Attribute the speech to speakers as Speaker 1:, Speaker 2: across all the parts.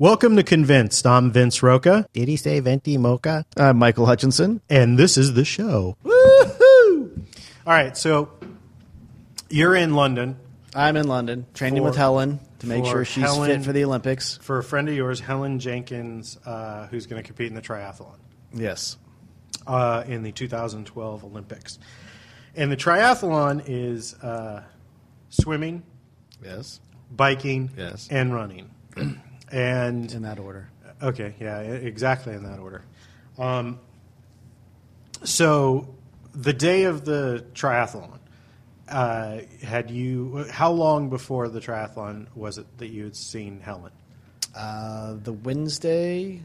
Speaker 1: Welcome to Convinced. I'm Vince Roca,
Speaker 2: Did he say venti mocha?
Speaker 3: I'm Michael Hutchinson.
Speaker 1: and this is the show. Woohoo! All right, so you're in London
Speaker 3: I'm in London, training
Speaker 1: For-
Speaker 3: with Helen to make
Speaker 1: for
Speaker 3: sure she's
Speaker 1: Helen-
Speaker 3: fit for the Olympics.
Speaker 1: for a friend of yours, Helen Jenkins, uh, who's going to compete in the triathlon
Speaker 3: Yes.
Speaker 1: uh, in the 2012 Olympics. And the triathlon is uh, swimming,
Speaker 3: Yes.
Speaker 1: biking,
Speaker 3: Yes.
Speaker 1: and running. and
Speaker 3: In that order.
Speaker 1: Okay, yeah, e- exactly in that order. Um, so, the day of the triathlon, uh, had you? How long before the triathlon was it that you had seen Helen?
Speaker 3: Uh, the Wednesday.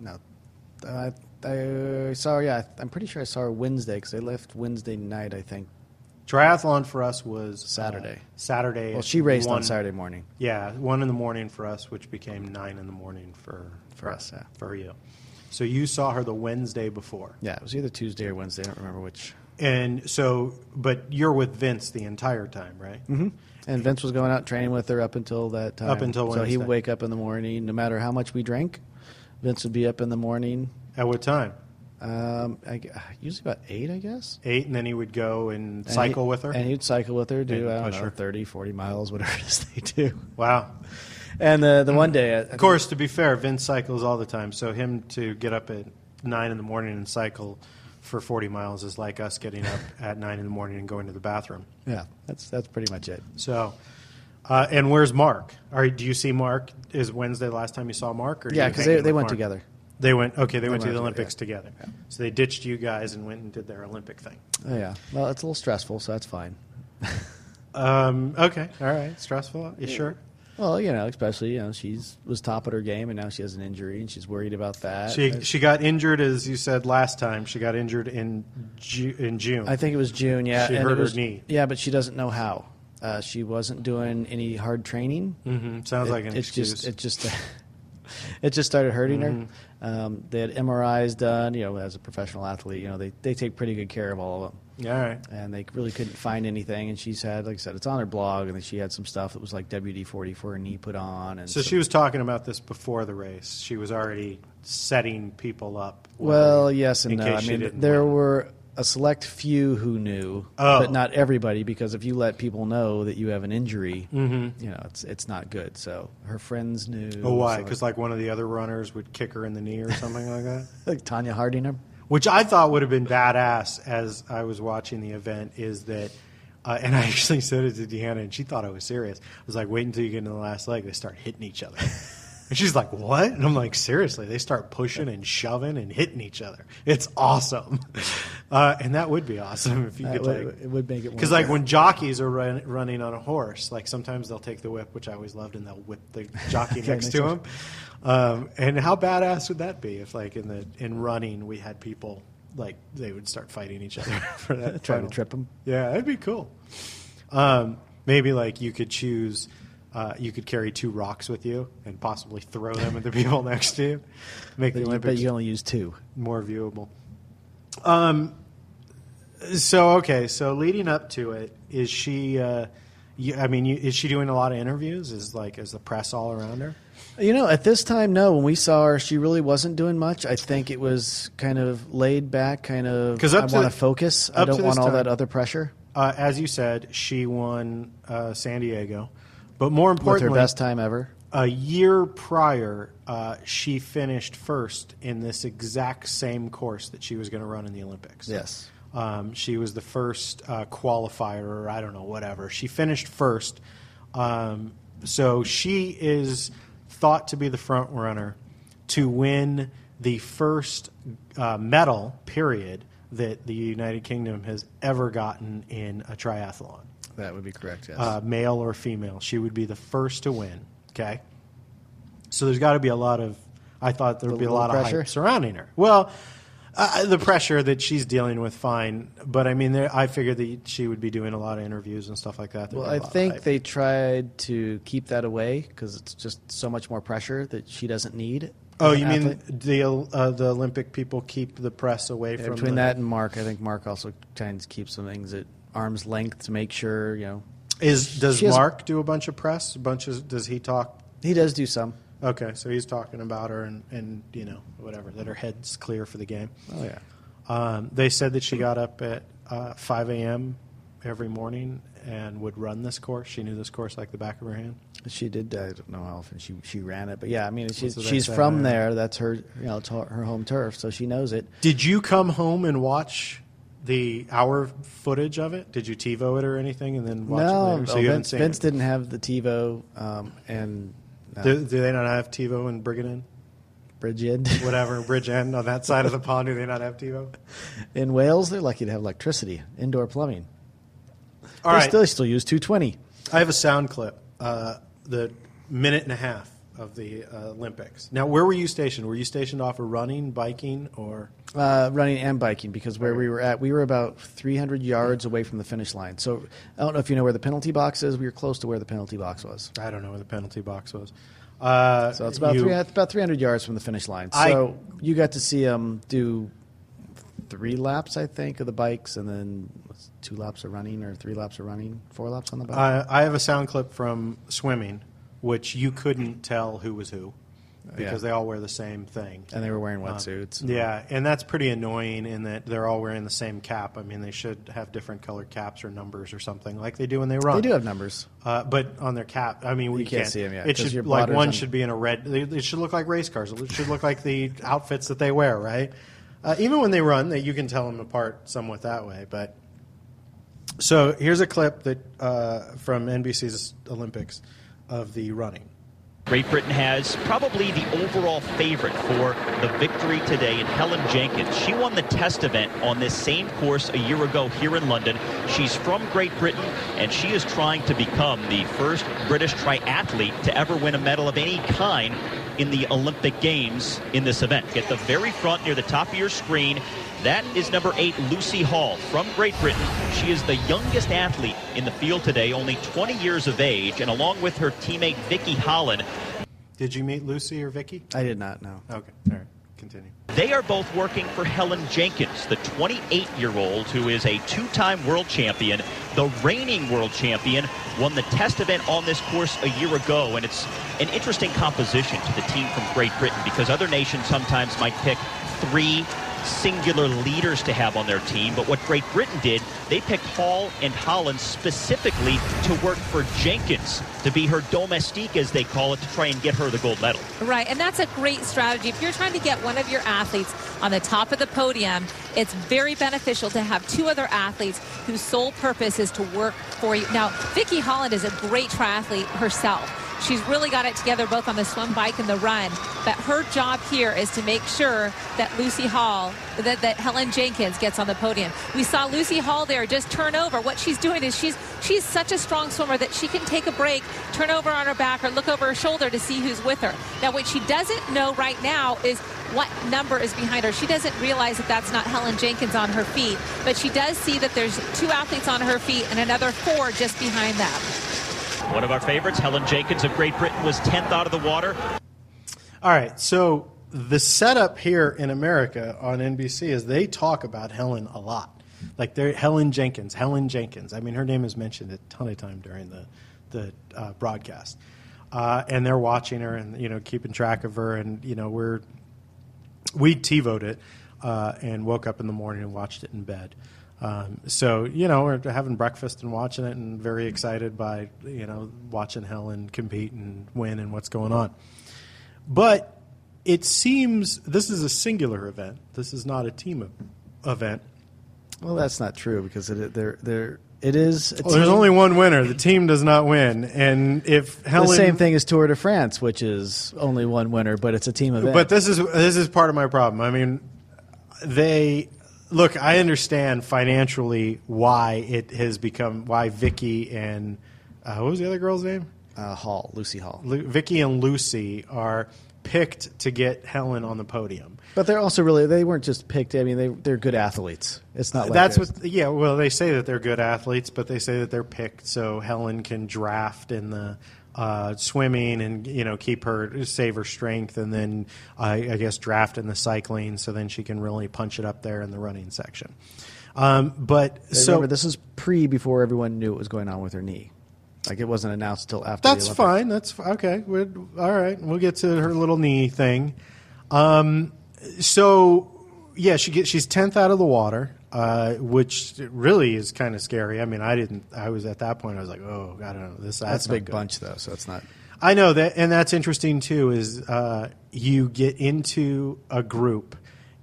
Speaker 3: No. Uh, I, I saw, yeah, I'm pretty sure I saw her Wednesday because I left Wednesday night, I think.
Speaker 1: Triathlon for us was uh,
Speaker 3: Saturday.
Speaker 1: Saturday.
Speaker 3: Well,
Speaker 1: at
Speaker 3: she raced
Speaker 1: one,
Speaker 3: on Saturday morning.
Speaker 1: Yeah, one in the morning for us, which became nine in the morning for
Speaker 3: For us, yeah.
Speaker 1: for you. So you saw her the Wednesday before,
Speaker 3: Yeah, it was either Tuesday or Wednesday. I don't remember which.
Speaker 1: and so but you're with Vince the entire time, right?
Speaker 3: Mm-hmm. And Vince was going out training with her up until that time.
Speaker 1: Up until
Speaker 3: So he
Speaker 1: Wednesday.
Speaker 3: would wake up in the morning, no matter how much we drank. Vince would be up in the morning,
Speaker 1: At what time?
Speaker 3: um, I, gu- usually about 8, I guess.
Speaker 1: eight, and then he would go and,
Speaker 3: And
Speaker 1: cycle
Speaker 3: he-
Speaker 1: with her.
Speaker 3: And he'd cycle with her, do,
Speaker 1: And
Speaker 3: I don't
Speaker 1: push
Speaker 3: know,
Speaker 1: her.
Speaker 3: 30, 40 miles, whatever it is they do.
Speaker 1: wow.
Speaker 3: And the, the one day,
Speaker 1: Of course, to be fair, Vince cycles all the time. So him to get up at nine in the morning and cycle for forty miles is like us getting up at nine in the morning and going to the bathroom.
Speaker 3: yeah, that's, that's pretty much it.
Speaker 1: So, uh, and where's Mark? Or do you see Mark? Is Wednesday the last time you saw Mark? Or do
Speaker 3: Yeah,
Speaker 1: you
Speaker 3: because
Speaker 1: hang
Speaker 3: they,
Speaker 1: in
Speaker 3: they
Speaker 1: with
Speaker 3: went
Speaker 1: Mark?
Speaker 3: together.
Speaker 1: They went. Okay, they, went, to the
Speaker 3: went to-
Speaker 1: Olympics together. So they ditched you guys and went and did their Olympic thing.
Speaker 3: Oh, yeah. Well, it's a little stressful, so that's fine.
Speaker 1: Um, okay, all right. Stressful. You sure?
Speaker 3: Well, you know, especially, you know, she's was top at her game, and now she has an injury, and she's worried about that.
Speaker 1: She she got injured as you said last time. She got injured in Ju- in June.
Speaker 3: I think it was June. Yeah,
Speaker 1: She
Speaker 3: and
Speaker 1: hurt
Speaker 3: it
Speaker 1: her
Speaker 3: was-
Speaker 1: knee.
Speaker 3: Yeah, but she doesn't know how. Uh, she wasn't doing any hard training.
Speaker 1: hmm Sounds
Speaker 3: it,
Speaker 1: like an
Speaker 3: it
Speaker 1: excuse. Mm-hmm.
Speaker 3: just it just it just started hurting her. Um, they had MRIs done. You know, as a professional athlete, you know they they take pretty good care of all of them,
Speaker 1: yeah, all right.
Speaker 3: and they really couldn't find anything. And she's had, like I said, it's on her blog, and then she had some stuff that was like WD forty for her knee put on, and
Speaker 1: So she was talking about this before the race. She was already setting people up.
Speaker 3: Well, yes and
Speaker 1: in
Speaker 3: no.
Speaker 1: case
Speaker 3: I
Speaker 1: she
Speaker 3: mean,
Speaker 1: didn't
Speaker 3: there
Speaker 1: win.
Speaker 3: were a select few who knew,
Speaker 1: Oh.
Speaker 3: but not everybody. Because if you let people know that you have an injury, you know it's it's not good. So her friends knew.
Speaker 1: Mm-hmm. Oh, why?
Speaker 3: so-
Speaker 1: Because like one of the other runners would kick her in the knee or something like that.
Speaker 3: like Tanya Hardingham.
Speaker 1: Which I thought would have been badass as I was watching the event is that, uh, and I actually said it to Deanna, and she thought I was serious. I was like, wait until you get into the last leg, they start hitting each other. And she's like, what? And I'm like, seriously, they start pushing and shoving and hitting each other. It's awesome. Uh, and that would be awesome if you
Speaker 3: That
Speaker 1: could,
Speaker 3: would-
Speaker 1: like,
Speaker 3: it would make it
Speaker 1: because,
Speaker 3: more
Speaker 1: like, when jockeys are run, running on a horse, like, sometimes they'll take the whip, which I always loved, and they'll whip the jockey
Speaker 3: Yeah,
Speaker 1: next
Speaker 3: next
Speaker 1: to
Speaker 3: to
Speaker 1: him. Um, and how badass would that be if, like, in the in running, we had people like they would start fighting each other for that
Speaker 3: Trying
Speaker 1: final-
Speaker 3: to trip him.
Speaker 1: Yeah, that'd be cool. Um, maybe like you could choose, uh, you could carry two rocks with you and possibly throw them at the people next to you. Make the
Speaker 3: But you,
Speaker 1: Olympics
Speaker 3: but you only use two.
Speaker 1: more viewable. Um, so okay, so leading up to it, is she? Uh, you, I mean, you, is she doing a lot of interviews? Is like is the press all around her?
Speaker 3: You know, at this time, no. When we saw her, she really wasn't doing much. I think it was kind of laid back, kind of.
Speaker 1: 'Cause up
Speaker 3: I
Speaker 1: to
Speaker 3: want
Speaker 1: the-
Speaker 3: to focus. I
Speaker 1: up to
Speaker 3: don't
Speaker 1: this
Speaker 3: want all
Speaker 1: time-
Speaker 3: that other pressure.
Speaker 1: Uh, as you said, she won uh, San Diego, but more
Speaker 3: With her
Speaker 1: importantly,
Speaker 3: best time ever.
Speaker 1: a year prior, uh, she finished first in this exact same course that she was going to run in the Olympics.
Speaker 3: Yes.
Speaker 1: Um, she was the first uh, qualifier, or I don't know, whatever. She finished first. Um, so she is thought to be the front runner to win the first uh, medal, period, that the United Kingdom has ever gotten in a triathlon,
Speaker 3: That would be correct. Yes.
Speaker 1: uh, male or female. She would be the first to win. Okay. So there's got to be a lot of. I thought there would
Speaker 3: A
Speaker 1: be a
Speaker 3: little
Speaker 1: lot of
Speaker 3: pressure?
Speaker 1: hype surrounding her. Well, uh, the pressure that she's dealing with, fine. But I mean, there, I figured that she would be doing a lot of interviews and stuff like that. There'd
Speaker 3: Well,
Speaker 1: be a
Speaker 3: I
Speaker 1: lot of
Speaker 3: think
Speaker 1: hype.
Speaker 3: they tried to keep that away because it's just so much more pressure that she doesn't need.
Speaker 1: Oh,
Speaker 3: as
Speaker 1: you
Speaker 3: an
Speaker 1: mean
Speaker 3: athlete.
Speaker 1: the uh, the Olympic people keep the press away
Speaker 3: Yeah,
Speaker 1: from
Speaker 3: between
Speaker 1: the-
Speaker 3: that and Mark? I think Mark also tries to keep some things at arm's length to make sure you know
Speaker 1: Is does
Speaker 3: She has-
Speaker 1: Mark do a bunch of press? A bunch of does he talk?
Speaker 3: he does do some.
Speaker 1: Okay, so he's talking about her and, and you know whatever that her head's clear for the game.
Speaker 3: Oh yeah.
Speaker 1: Um, they said that she got up at uh, 5 a.m. every morning and would run this course. She knew this course like the back of her hand.
Speaker 3: She did. I don't know how often she she ran it, but yeah, I mean, she's
Speaker 1: So that's
Speaker 3: she's
Speaker 1: that
Speaker 3: from
Speaker 1: area.
Speaker 3: there. That's her, you know, it's her her home turf, so she knows it.
Speaker 1: Did you come home and watch the hour footage of it? Did you TiVo it or anything and then watch it
Speaker 3: no,
Speaker 1: later?
Speaker 3: oh,
Speaker 1: you haven't
Speaker 3: Vince,
Speaker 1: seen
Speaker 3: Vince
Speaker 1: it.
Speaker 3: didn't have the TiVo, um, and no,
Speaker 1: Do, do they not have TiVo in Brigham?
Speaker 3: Bridgend.
Speaker 1: Whatever, Bridge End on that side of the pond, do they not have TiVo?
Speaker 3: in Wales, they're lucky to have electricity, indoor plumbing.
Speaker 1: All
Speaker 3: they
Speaker 1: right.
Speaker 3: still, still use 220.
Speaker 1: I have a sound clip, uh, the minute and a half of the uh, Olympics. Now, where were you stationed? Were you stationed off of running, biking, or
Speaker 3: Uh, running and biking because where we were at, we were about 300 yards away from the finish line. So I don't know if you know where the penalty box is. We were close to where the penalty box was.
Speaker 1: I don't know where the penalty box was. Uh,
Speaker 3: So it's about
Speaker 1: you-
Speaker 3: three, it's about 300 yards from the finish line.
Speaker 1: I-
Speaker 3: So you got to see him do three laps, I think, of the bikes, and then what's- two laps of running or three laps of running, four laps on the bike.
Speaker 1: I, I have a sound clip from swimming, which you couldn't tell who was who because
Speaker 3: Yeah.
Speaker 1: they all wear the same thing. Um,
Speaker 3: and they were wearing wetsuits. and-
Speaker 1: Uh, Yeah, and that's pretty annoying in that they're all wearing the same cap. I mean, they should have different colored caps or numbers or something like they do when they run.
Speaker 3: They do have numbers.
Speaker 1: Uh, but on their cap, I mean, we
Speaker 3: You can't see 'em, yeah,
Speaker 1: It
Speaker 3: 'cause
Speaker 1: should
Speaker 3: your
Speaker 1: like
Speaker 3: bladder's
Speaker 1: one
Speaker 3: on-
Speaker 1: should be in a red. they- It should look like race cars. It should look like the outfits that they wear, right? Uh, even when they run, that you can tell them apart somewhat that way. But so here's a clip that uh, from NBC's Olympics of the running.
Speaker 2: Great Britain has probably the overall favorite for the victory today in Helen Jenkins. She won the test event on this same course a year ago here in London. She's from Great Britain and she is trying to become the first British triathlete to ever win a medal of any kind in the Olympic Games in this event. At the very front near the top of your screen, that is number eight, Lucy Hall from Great Britain. She is the youngest athlete in the field today, only 20 years of age, and along with her teammate Vicky Holland,
Speaker 1: Did you meet Lucy or Vicky?
Speaker 3: I did not know.
Speaker 1: Okay, all right, continue.
Speaker 2: They are both working for Helen Jenkins, the 28 year old who is a two time world champion. The reigning world champion won the test event on this course a year ago, and it's an interesting composition to the team from Great Britain because other nations sometimes might pick three singular leaders to have on their team. But what Great Britain did, they picked Hall and Holland specifically to work for Jenkins, to be her domestique, as they call it, to try and get her the gold medal.
Speaker 4: Right, and that's a great strategy. If you're trying to get one of your athletes on the top of the podium, it's very beneficial to have two other athletes whose sole purpose is to work for you. Now, Vicky Holland is a great triathlete herself. She's really got it together both on the swim, bike, and the run. But her job here is to make sure that Lucy Hall, that, that Helen Jenkins gets on the podium. We saw Lucy Hall there just turn over. What she's doing is she's she's such a strong swimmer that she can take a break, turn over on her back, or look over her shoulder to see who's with her. Now, what she doesn't know right now is what number is behind her. She doesn't realize that that's not Helen Jenkins on her feet, but she does see that there's two athletes on her feet and another four just behind them.
Speaker 2: One of our favorites, Helen Jenkins of Great Britain, was 10th out of the water.
Speaker 1: All right, so the setup here in America on NBC is they talk about Helen a lot. Like they're Helen Jenkins, Helen Jenkins. I mean, her name is mentioned a ton of time during the the uh, broadcast, uh, and they're watching her and you know keeping track of her. And you know we're we TiVoed it uh, and woke up in the morning and watched it in bed. Um, so you know we're having breakfast and watching it and very excited by you know watching Helen compete and win and what's going on. But it seems this is a singular event. This is not a team e- event.
Speaker 3: Well, that's not true because it, they're, they're, it is. A
Speaker 1: Oh, there's
Speaker 3: team-
Speaker 1: only one winner. The team does not win. And if Helen,
Speaker 3: the same thing as Tour de France, which is only one winner, but it's a team event.
Speaker 1: But this is this is part of my problem. I mean, they look. I understand financially why it has become why Vicky and uh, what was the other girl's name?
Speaker 3: uh, Hall, Lucy Hall.
Speaker 1: Lu- Vicky and Lucy are picked to get Helen on the podium.
Speaker 3: But they're also really they weren't just picked. I mean, they they're good athletes. It's not like
Speaker 1: That's
Speaker 3: they're-
Speaker 1: what, yeah. Well, they say that they're good athletes, but they say that they're picked so Helen can draft in the uh, swimming and you know keep her save her strength, and then I I guess draft in the cycling, so then she can really punch it up there in the running section. Um, but
Speaker 3: Remember,
Speaker 1: so
Speaker 3: this is pre before everyone knew what was going on with her knee. Like it wasn't announced till after.
Speaker 1: That's
Speaker 3: the Olympics.
Speaker 1: fine. That's f- okay. We're, all right. We'll get to her little knee thing. Um, so yeah, she gets she's tenth out of the water, uh, which really is kind of scary. I mean, I didn't. I was at that point. I was like, oh, I don't know. This
Speaker 3: That's a
Speaker 1: not
Speaker 3: big
Speaker 1: good.
Speaker 3: bunch though, so it's not.
Speaker 1: I know that, and that's interesting too. Is uh, you get into a group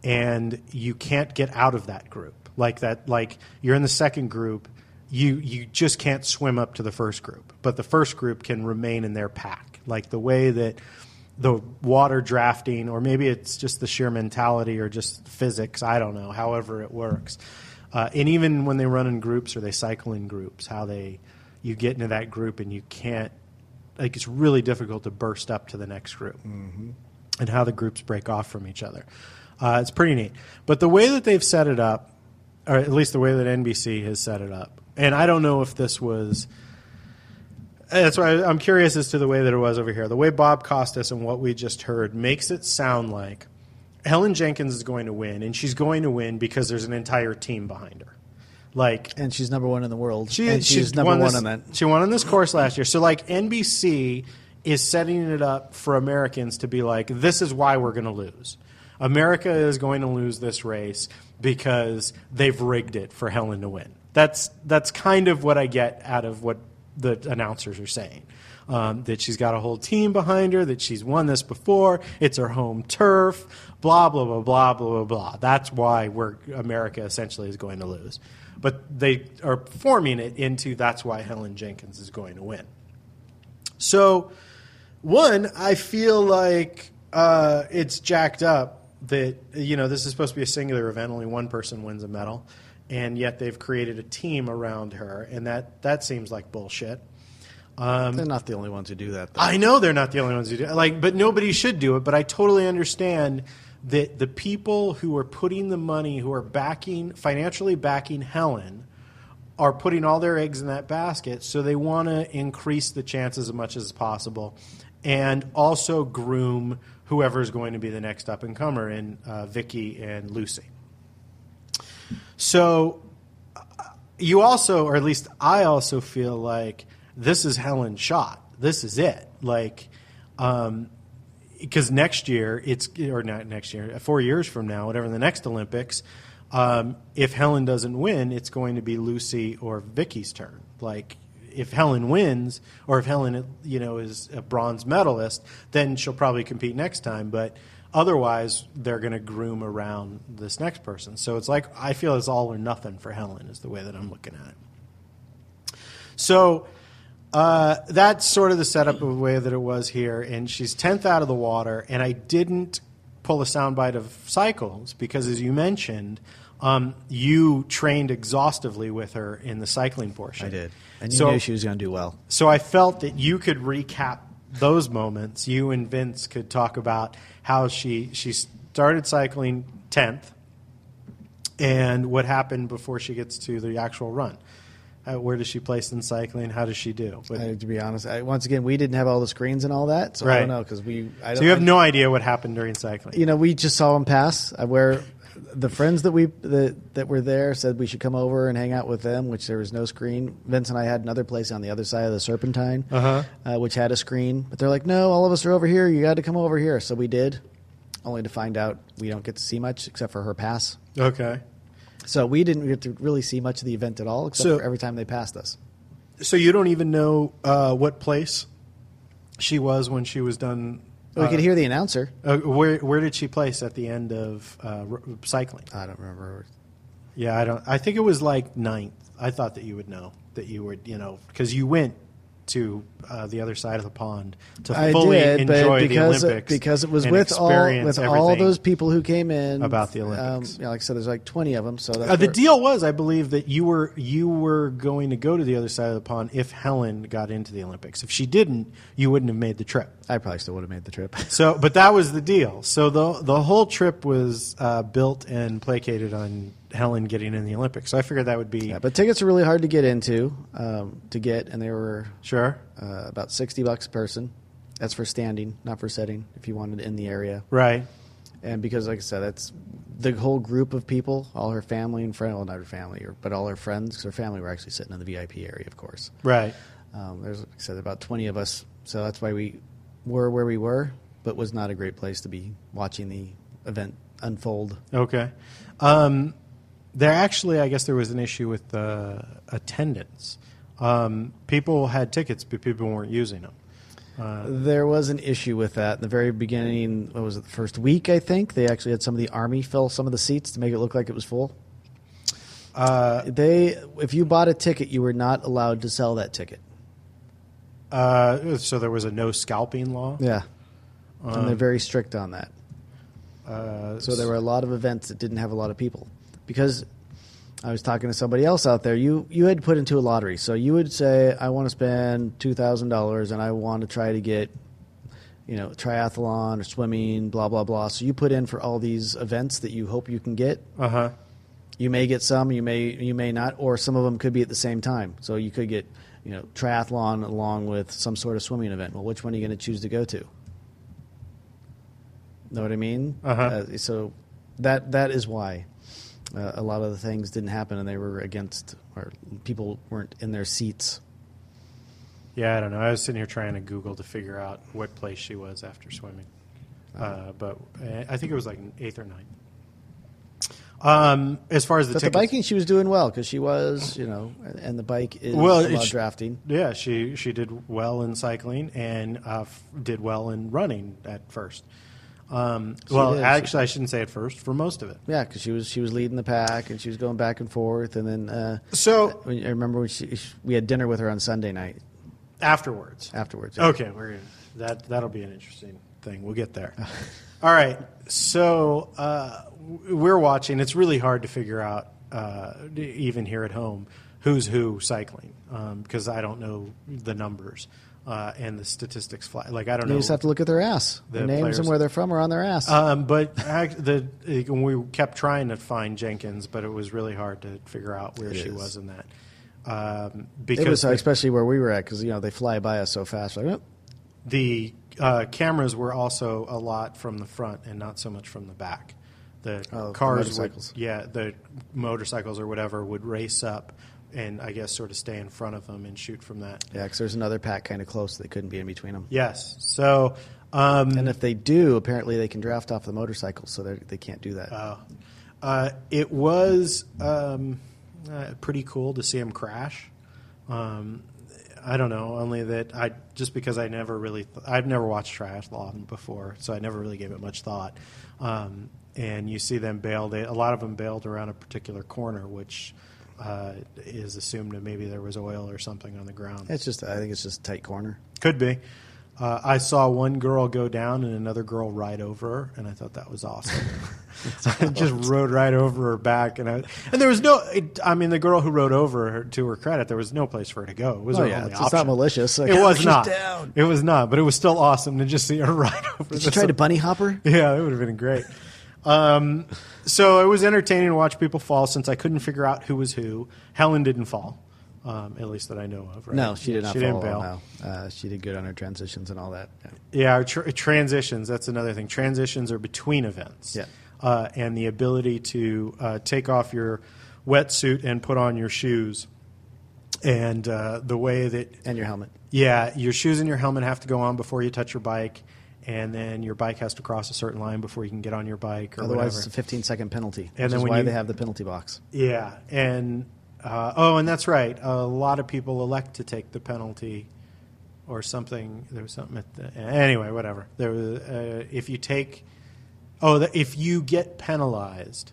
Speaker 1: and you can't get out of that group. Like that, like you're in the second group, you you just can't swim up to the first group, but the first group can remain in their pack. Like the way that the water drafting, or maybe it's just the sheer mentality, or just physics. I don't know. However, it works. Uh, and even when they run in groups or they cycle in groups, how they you get into that group and you can't like it's really difficult to burst up to the next group and how the groups break off from each other. Uh, it's pretty neat. But the way that they've set it up, or at least the way that NBC has set it up, and I don't know if this was. That's why I'm curious as to the way that it was over here. The way Bob Costas and what we just heard makes it sound like Helen Jenkins is going to win, and she's going to win because there's an entire team behind her. Like
Speaker 3: And she's number one in the world.
Speaker 1: she,
Speaker 3: and
Speaker 1: she
Speaker 3: she's number
Speaker 1: won
Speaker 3: one
Speaker 1: this,
Speaker 3: on that.
Speaker 1: She won on this course last year. So like NBC is setting it up for Americans to be like, this is why we're going to lose. America is going to lose this race because they've rigged it for Helen to win. That's that's kind of what I get out of what the announcers are saying. Um, that she's got a whole team behind her, that she's won this before, it's her home turf, blah, blah, blah, blah, blah, blah, blah. That's why we're, America essentially is going to lose. But they are forming it into that's why Helen Jenkins is going to win. So, one, I feel like uh, it's jacked up that you know this is supposed to be a singular event; only one person wins a medal, and yet they've created a team around her, and that that seems like bullshit. um,
Speaker 3: They're not the only ones who do that. Though.
Speaker 1: I know they're not the only ones who do it. Like, but nobody should do it. But I totally understand that the people who are putting the money, who are backing financially backing Helen, are putting all their eggs in that basket. So they want to increase the chances as much as possible, and also groom whoever is going to be the next up and comer in uh, Vicky and Lucy. So you also, or at least I also feel like this is Helen's shot. This is it. Like, because next year it's or not next year, four years from now, whatever the next Olympics, um, if Helen doesn't win, it's going to be Lucy or Vicky's turn. Like if Helen wins, or if Helen you know is a bronze medalist, then she'll probably compete next time. But otherwise, they're going to groom around this next person. So it's like I feel it's all or nothing for Helen is the way that I'm looking at it. So uh, that's sort of the setup of the way that it was here. And she's 10th out of the water. And I didn't pull a soundbite of cycles because, as you mentioned, um, you trained exhaustively with her in the cycling portion.
Speaker 3: I did, and you
Speaker 1: so,
Speaker 3: knew she was going to do well.
Speaker 1: so I felt that you could recap those moments. You and Vince could talk about how she she started cycling 10th and what happened before she gets to the actual run. Uh, where does she place in cycling? How does she do? What-
Speaker 3: I, to be honest, I, once again, we didn't have all the screens and all that, so I
Speaker 1: Right.
Speaker 3: don't know because we. I don't,
Speaker 1: so you have
Speaker 3: I-
Speaker 1: no idea what happened during cycling.
Speaker 3: You know, we just saw him pass. I where the friends that we that, that were there said we should come over and hang out with them, which there was no screen. Vince and I had another place on the other side of the Serpentine, uh which had a screen, but they're like, no, all of us are over here. You got to come over here. So we did, only to find out we don't get to see much except for her pass.
Speaker 1: Okay.
Speaker 3: So we didn't get to really see much of the event at all, except
Speaker 1: So-
Speaker 3: for every time they passed us.
Speaker 1: So you don't even know uh, what place she was when she was done.
Speaker 3: We could hear the announcer.
Speaker 1: Uh, where where did she place at the end of uh, r- cycling?
Speaker 3: I don't remember.
Speaker 1: Yeah, I don't. I think it was like ninth. I thought that you would know that you were, you know, because you went to uh, the other side of the pond to
Speaker 3: I
Speaker 1: fully
Speaker 3: did,
Speaker 1: enjoy
Speaker 3: but because
Speaker 1: the
Speaker 3: uh,
Speaker 1: Olympics
Speaker 3: because it was
Speaker 1: and
Speaker 3: with all
Speaker 1: experience
Speaker 3: with all
Speaker 1: everything.
Speaker 3: those people who came in
Speaker 1: About the
Speaker 3: um,
Speaker 1: Olympics.
Speaker 3: yeah, like I said, there's like 20 of them. So that's
Speaker 1: Uh, the
Speaker 3: where-
Speaker 1: deal was, I believe, that you were you were going to go to the other side of the pond if Helen got into the Olympics. If she didn't, you wouldn't have made the trip.
Speaker 3: I probably still would have made the trip.
Speaker 1: So, but that was the deal. So the the whole trip was uh, built and placated on Helen getting in the Olympics. So I figured that would be
Speaker 3: yeah, but tickets are really hard to get into um, to get, and they were
Speaker 1: sure,
Speaker 3: uh, about 60 bucks a person. That's for standing, not for sitting. If you wanted in the area,
Speaker 1: right?
Speaker 3: and because like I said, that's the whole group of people, all her family and friend, well, not her family, or- but all her friends, 'cause her family were actually sitting in the VIP area, of course.
Speaker 1: Right.
Speaker 3: Um, there's, like I said, about 20 of us, so that's why we were where we were, but was not a great place to be watching the event unfold.
Speaker 1: Okay. Um, there actually, I guess there was an issue with uh, attendance. Um, people had tickets, but people weren't using them.
Speaker 3: There was an issue with that in the very beginning. What was it? The first week, I think they actually had some of the army fill some of the seats to make it look like it was full. Uh, they, if you bought a ticket, you were not allowed to sell that ticket.
Speaker 1: Uh, so there was a no scalping law.
Speaker 3: Yeah, and they're very strict on that. so there were a lot of events that didn't have a lot of people because I was talking to somebody else out there. You you had put into a lottery, so you would say, "I want to spend two thousand dollars, and I want to try to get, you know, triathlon or swimming, blah blah blah." So you put in for all these events that you hope you can get.
Speaker 1: Uh huh.
Speaker 3: You may get some, you may you may not, or some of them could be at the same time. So you could get, you know, triathlon along with some sort of swimming event. Well, which one are you going to choose to go to? Know what I mean?
Speaker 1: Uh-huh.
Speaker 3: Uh, so that that is why uh, a lot of the things didn't happen, and they were against, or people weren't in their seats.
Speaker 1: Yeah, I don't know. I was sitting here trying to Google to figure out what place she was after swimming, uh, but uh, I think it was like an eighth or ninth. Um, as far as the
Speaker 3: But the
Speaker 1: tickets,
Speaker 3: biking, she was doing well because she was, you know, and the bike is
Speaker 1: Well,
Speaker 3: allowed
Speaker 1: it's-
Speaker 3: drafting.
Speaker 1: yeah, she she did well in cycling and uh, f- did well in running at first. Um, well,
Speaker 3: did.
Speaker 1: actually, I shouldn't say at first. For most of it,
Speaker 3: Yeah, because she was she was leading the pack and she was going back and forth, and then uh,
Speaker 1: So-
Speaker 3: I mean, I remember when she, she- we had dinner with her on Sunday night
Speaker 1: afterwards.
Speaker 3: afterwards.
Speaker 1: Okay, we're gonna, that that'll be an interesting thing. We'll get there. All right, so uh, w- we're watching. It's really hard to figure out, uh, d- even here at home, who's who cycling because I don't know the numbers uh, and the statistics. Fly like I don't
Speaker 3: you
Speaker 1: know.
Speaker 3: just have to look at their ass.
Speaker 1: The
Speaker 3: Their names
Speaker 1: players-
Speaker 3: and where they're from are on their ass.
Speaker 1: um, but ac- the, it- we kept trying to find Jenkins, but it was really hard to figure out where
Speaker 3: It
Speaker 1: she
Speaker 3: is.
Speaker 1: was in that. Um,
Speaker 3: it
Speaker 1: because
Speaker 3: was
Speaker 1: the-
Speaker 3: especially where we were at because you know they fly by us so fast. Like, "Oh,
Speaker 1: the uh, cameras were also a lot from the front and not so much from the back. The
Speaker 3: Oh, the
Speaker 1: cars, would,
Speaker 3: motorcycles.
Speaker 1: yeah, the motorcycles or whatever would race up and I guess sort of stay in front of them and shoot from that.
Speaker 3: yeah, because there's another pack kind of close. They couldn't be in between them.
Speaker 1: Yes, so um,
Speaker 3: And if they do, apparently they can draft off the motorcycle, so they they can't do that.
Speaker 1: uh, it was um, uh, pretty cool to see him crash. Um, I don't know, only that I just because I never really th- I've never watched triathlon before, so I never really gave it much thought. Um, and you see them bailed a lot of them bailed around a particular corner, which uh, is assumed that maybe there was oil or something on the ground.
Speaker 3: it's just I think it's just a tight corner.
Speaker 1: Could be. Uh, I saw one girl go down and another girl ride over her, and I thought that was awesome. I just rode right over her back, and I, and there was no. It, I mean, the girl who rode over her, to her credit, there was no place for her to go. It was
Speaker 3: Oh,
Speaker 1: her
Speaker 3: yeah,
Speaker 1: only
Speaker 3: it's-
Speaker 1: option.
Speaker 3: it's not malicious. Like,
Speaker 1: it
Speaker 3: "Oh,
Speaker 1: was
Speaker 3: she's
Speaker 1: not.
Speaker 3: down."
Speaker 1: It was not, but it was still awesome to just see her ride over.
Speaker 3: Did
Speaker 1: the
Speaker 3: you try to bunny hopper?
Speaker 1: yeah, that would have been great. Um, so it was entertaining to watch people fall since I couldn't figure out who was who. Helen didn't fall, um, at least that I know of. Right?
Speaker 3: No, she did not
Speaker 1: She
Speaker 3: fall
Speaker 1: didn't
Speaker 3: at all,
Speaker 1: bail.
Speaker 3: no. Uh, she did good on her transitions and all that. Yeah.
Speaker 1: Yeah, tr- transitions. That's another thing. Transitions are between events.
Speaker 3: Yeah.
Speaker 1: Uh, and the ability to uh, take off your wetsuit and put on your shoes. And uh, the way that,
Speaker 3: And your helmet.
Speaker 1: yeah, your shoes and your helmet have to go on before you touch your bike. And then your bike has to cross a certain line before you can get on your bike or
Speaker 3: Otherwise,
Speaker 1: whatever.
Speaker 3: it's a 15 second penalty.
Speaker 1: And
Speaker 3: And
Speaker 1: then
Speaker 3: which is
Speaker 1: when
Speaker 3: why
Speaker 1: you-
Speaker 3: they have the penalty box.
Speaker 1: Yeah, and uh, oh, and that's right. A lot of people elect to take the penalty, or something. There was something at the anyway. Whatever. There was uh, if you take oh, the, if you get penalized,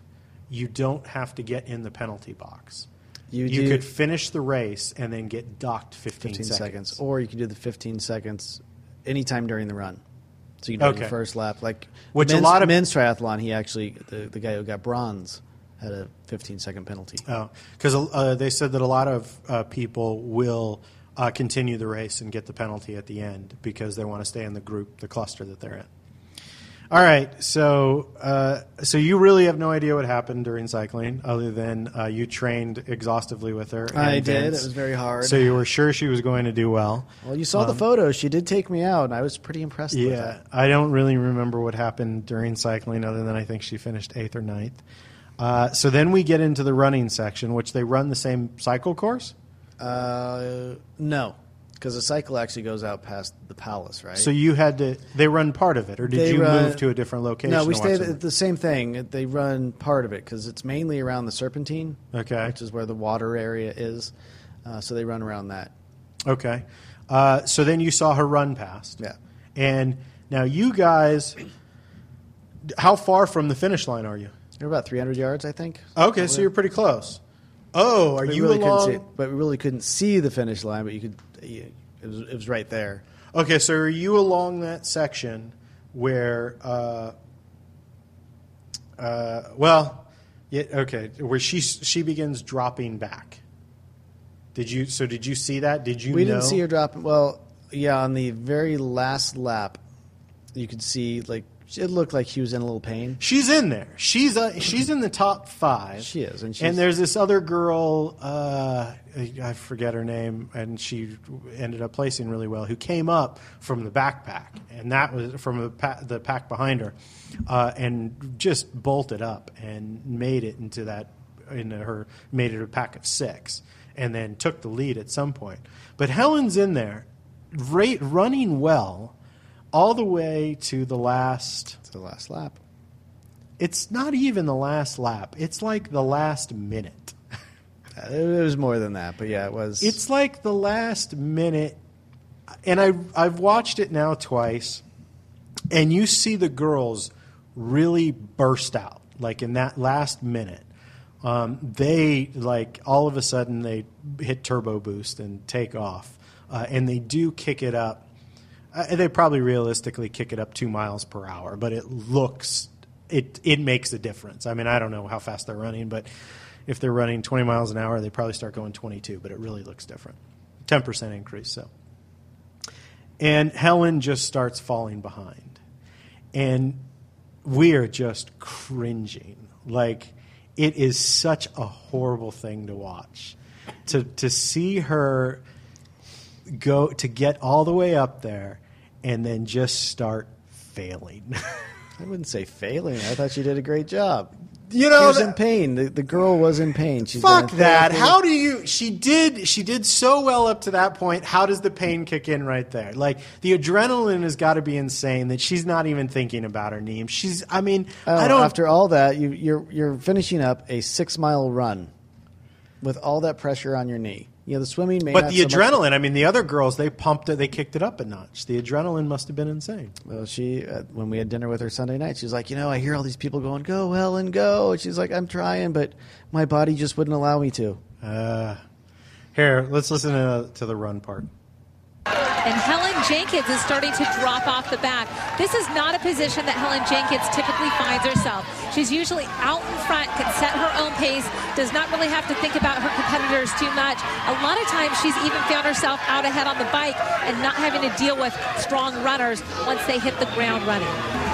Speaker 1: you don't have to get in the penalty box.
Speaker 3: You
Speaker 1: you
Speaker 3: do-
Speaker 1: could finish the race and then get docked fifteen,
Speaker 3: 15
Speaker 1: seconds.
Speaker 3: seconds. Or you can do the 15 seconds anytime during the run. So you can do
Speaker 1: Okay.
Speaker 3: your first lap. Like
Speaker 1: Which a
Speaker 3: men's,
Speaker 1: lot of-
Speaker 3: men's triathlon, he actually, the, the guy who got bronze, had a 15 second penalty.
Speaker 1: because uh, they said that a lot of uh, people will uh, continue the race and get the penalty at the end because they want to stay in the group, the cluster that they're in. All right, so uh, so you really have no idea what happened during cycling, other than uh, you trained exhaustively with her. and
Speaker 3: I did.
Speaker 1: Vince.
Speaker 3: It was very hard.
Speaker 1: So you were sure she was going to do well.
Speaker 3: well, you saw the photos. She did take me out, and I was pretty impressed with
Speaker 1: um, Yeah,
Speaker 3: that.
Speaker 1: I don't really remember what happened during cycling, other than I think she finished eighth or ninth. Uh, so then we get into the running section, which they run the same cycle course.
Speaker 3: Uh, no. because the cycle actually goes out past the palace, right?
Speaker 1: So you had to. They run part of it, or did
Speaker 3: They
Speaker 1: you
Speaker 3: run-
Speaker 1: move to a different location?
Speaker 3: No, we
Speaker 1: to watch
Speaker 3: stayed
Speaker 1: them?
Speaker 3: at the same thing. They run part of it because it's mainly around the Serpentine,
Speaker 1: Okay.
Speaker 3: which is where the water area is. Uh, so they run around that.
Speaker 1: Okay. Uh, so then you saw her run past.
Speaker 3: Yeah.
Speaker 1: And now you guys, how far from the finish line are you?
Speaker 3: They're about 300 yards, I think.
Speaker 1: Okay, so you're pretty close. Oh, are
Speaker 3: We
Speaker 1: Oh, you
Speaker 3: really
Speaker 1: along?
Speaker 3: Couldn't see it, but we really couldn't see the finish line, but you could. You, it, was, it was right there.
Speaker 1: Okay, so are you along that section where? Uh, uh, well, yeah, okay, where she she begins dropping back. Did you? So did you see that? Did you?
Speaker 3: we
Speaker 1: know?
Speaker 3: didn't see her drop. Well, yeah, on the very last lap, you could see like it looked like she was in a little pain.
Speaker 1: She's in there. She's uh, she's in the top five.
Speaker 3: She is, and she's-
Speaker 1: and there's this other girl. Uh, I forget her name, and she ended up placing really well. Who came up from the backpack, and that was from the pack, the pack behind her, uh, and just bolted up and made it into that into her made it a pack of six, and then took the lead at some point. But Helen's in there, rate running well, all the way to the last
Speaker 3: It's the last lap.
Speaker 1: it's not even the last lap. It's like the last minute.
Speaker 3: Uh, It, it was more than that, but yeah, it was.
Speaker 1: It's like the last minute. And I I've watched it now twice and you see the girls really burst out like in that last minute. Um, they like all of a sudden they hit turbo boost and take off. Uh, and they do kick it up. Uh, they probably realistically kick it up two miles per hour, but it looks it it makes a difference. I mean, I don't know how fast they're running, but if they're running 20 miles an hour, they probably start going 22. But it really looks different. 10 percent increase. So, and Helen just starts falling behind, and we are just cringing. Like it is such a horrible thing to watch. To to see her go to get all the way up there and then just start failing.
Speaker 3: I wouldn't say failing. I thought she did a great job.
Speaker 1: you
Speaker 3: She
Speaker 1: know,
Speaker 3: was in
Speaker 1: that,
Speaker 3: pain. The, the girl was in pain. She's been
Speaker 1: fuck
Speaker 3: in
Speaker 1: that.
Speaker 3: therapy.
Speaker 1: How do you? She did. She did so well up to that point. How does the pain kick in right there? Like the adrenaline has got to be insane that she's not even thinking about her name. She's. I mean,
Speaker 3: Oh,
Speaker 1: I don't.
Speaker 3: After all that, you, you're you're finishing up a six mile run with all that pressure on your knee. You know the swimming, may
Speaker 1: but
Speaker 3: not
Speaker 1: the
Speaker 3: so much-
Speaker 1: adrenaline. I mean, the other girls they pumped it. They kicked it up a notch. The adrenaline must have been insane.
Speaker 3: Well, she uh, when we had dinner with her Sunday night, she's like, you know, I hear all these people going, go Helen, go, and she's like, I'm trying, but my body just wouldn't allow me to.
Speaker 1: Uh, here, let's listen to, to the run part.
Speaker 4: And Helen Jenkins is starting to drop off the back. This is not a position that Helen Jenkins typically finds herself. She's usually out in front, can set her own pace, does not really have to think about her competitors too much. A lot of times she's even found herself out ahead on the bike and not having to deal with strong runners once they hit the ground running.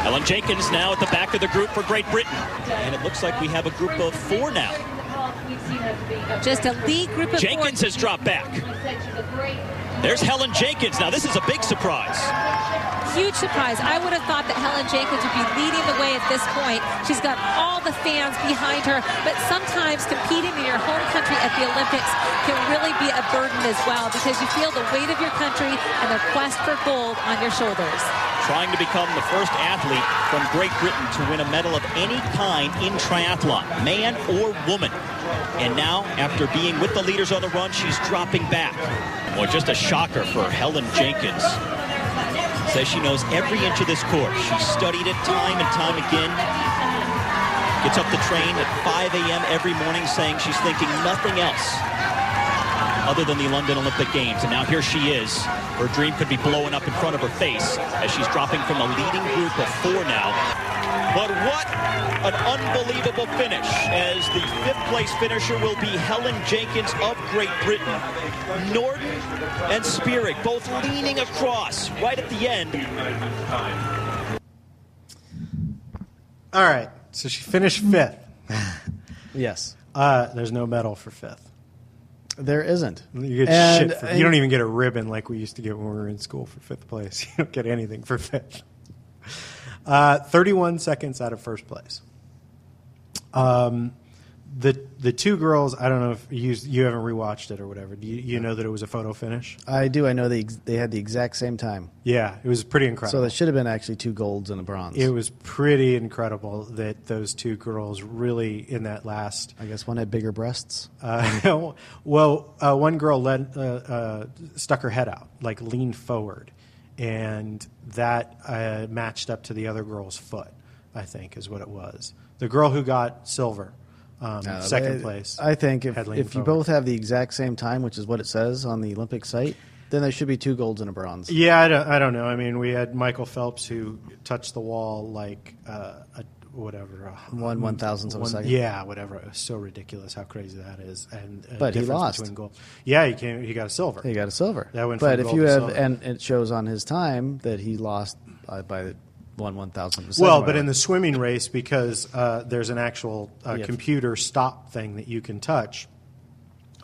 Speaker 2: Ellen Jenkins now at the back of the group for Great Britain. And it looks like we have a group of four now.
Speaker 4: Just a lead group of
Speaker 2: Jenkins
Speaker 4: four.
Speaker 2: has dropped back. There's Helen Jenkins. Now, this is a big surprise.
Speaker 4: Huge surprise. I would have thought that Helen Jenkins would be leading the way at this point. She's got all the fans behind her, but sometimes competing in your home country at the Olympics can really be a burden as well because you feel the weight of your country and the quest for gold on your shoulders.
Speaker 2: Trying to become the first athlete from Great Britain to win a medal of any kind in triathlon, man or woman. And now, after being with the leaders on the run, she's dropping back. Well, just a shocker for Helen Jenkins. Says she knows every inch of this course. She studied it time and time again. Gets up the train at 5 a.m. every morning saying she's thinking nothing else other than the London Olympic Games. And now here she is. Her dream could be blowing up in front of her face as she's dropping from a leading group of four now. But what an unbelievable finish as the fifth place finisher will be Helen Jenkins of Great Britain. Norton and Spirig both leaning across right at the end.
Speaker 1: All right, so she finished fifth.
Speaker 3: Yes,
Speaker 1: Uh, there's no medal for fifth.
Speaker 3: there isn't.
Speaker 1: You get
Speaker 3: And-
Speaker 1: shit. For,
Speaker 3: and-
Speaker 1: you don't even get a ribbon like we used to get when we were in school for fifth place. You don't get anything for fifth. Uh, Thirty-one seconds out of first place. Um, the the two girls. I don't know if you you haven't rewatched it or whatever. Do you, you know that it was a photo finish?
Speaker 3: I do. I know they ex- they had the exact same time,
Speaker 1: Yeah, it was pretty
Speaker 3: so
Speaker 1: incredible.
Speaker 3: there should have been actually two golds and a bronze.
Speaker 1: it was pretty incredible that those two girls really in that last
Speaker 3: I guess one had bigger breasts.
Speaker 1: Uh, well, uh, one girl led, uh, uh, stuck her head out, like leaned forward, and that uh, matched up to the other girl's foot. I think is what it was. The girl who got silver, um,
Speaker 3: Uh,
Speaker 1: second
Speaker 3: I-
Speaker 1: place.
Speaker 3: I think if,
Speaker 1: had leaned
Speaker 3: if you
Speaker 1: forward.
Speaker 3: both have the exact same time, which is what it says on the Olympic site, then there should be two golds and a bronze.
Speaker 1: Yeah, I don't, I don't know. I mean, we had Michael Phelps who touched the wall like uh, a, whatever. A,
Speaker 3: One one thousandth of a
Speaker 1: One-
Speaker 3: second.
Speaker 1: Yeah, whatever. It was so ridiculous how crazy that is. And uh,
Speaker 3: But he
Speaker 1: difference
Speaker 3: lost.
Speaker 1: Between gold. Yeah, he came. He got a silver.
Speaker 3: He got a silver.
Speaker 1: That went from
Speaker 3: but if
Speaker 1: gold
Speaker 3: you
Speaker 1: to
Speaker 3: have,
Speaker 1: silver.
Speaker 3: and it shows on his time that he lost uh, by one one thousandth of a second.
Speaker 1: Well, but
Speaker 3: whatever.
Speaker 1: in the swimming race, because uh, there's an actual uh,
Speaker 3: Yes.
Speaker 1: computer stop thing that you can touch,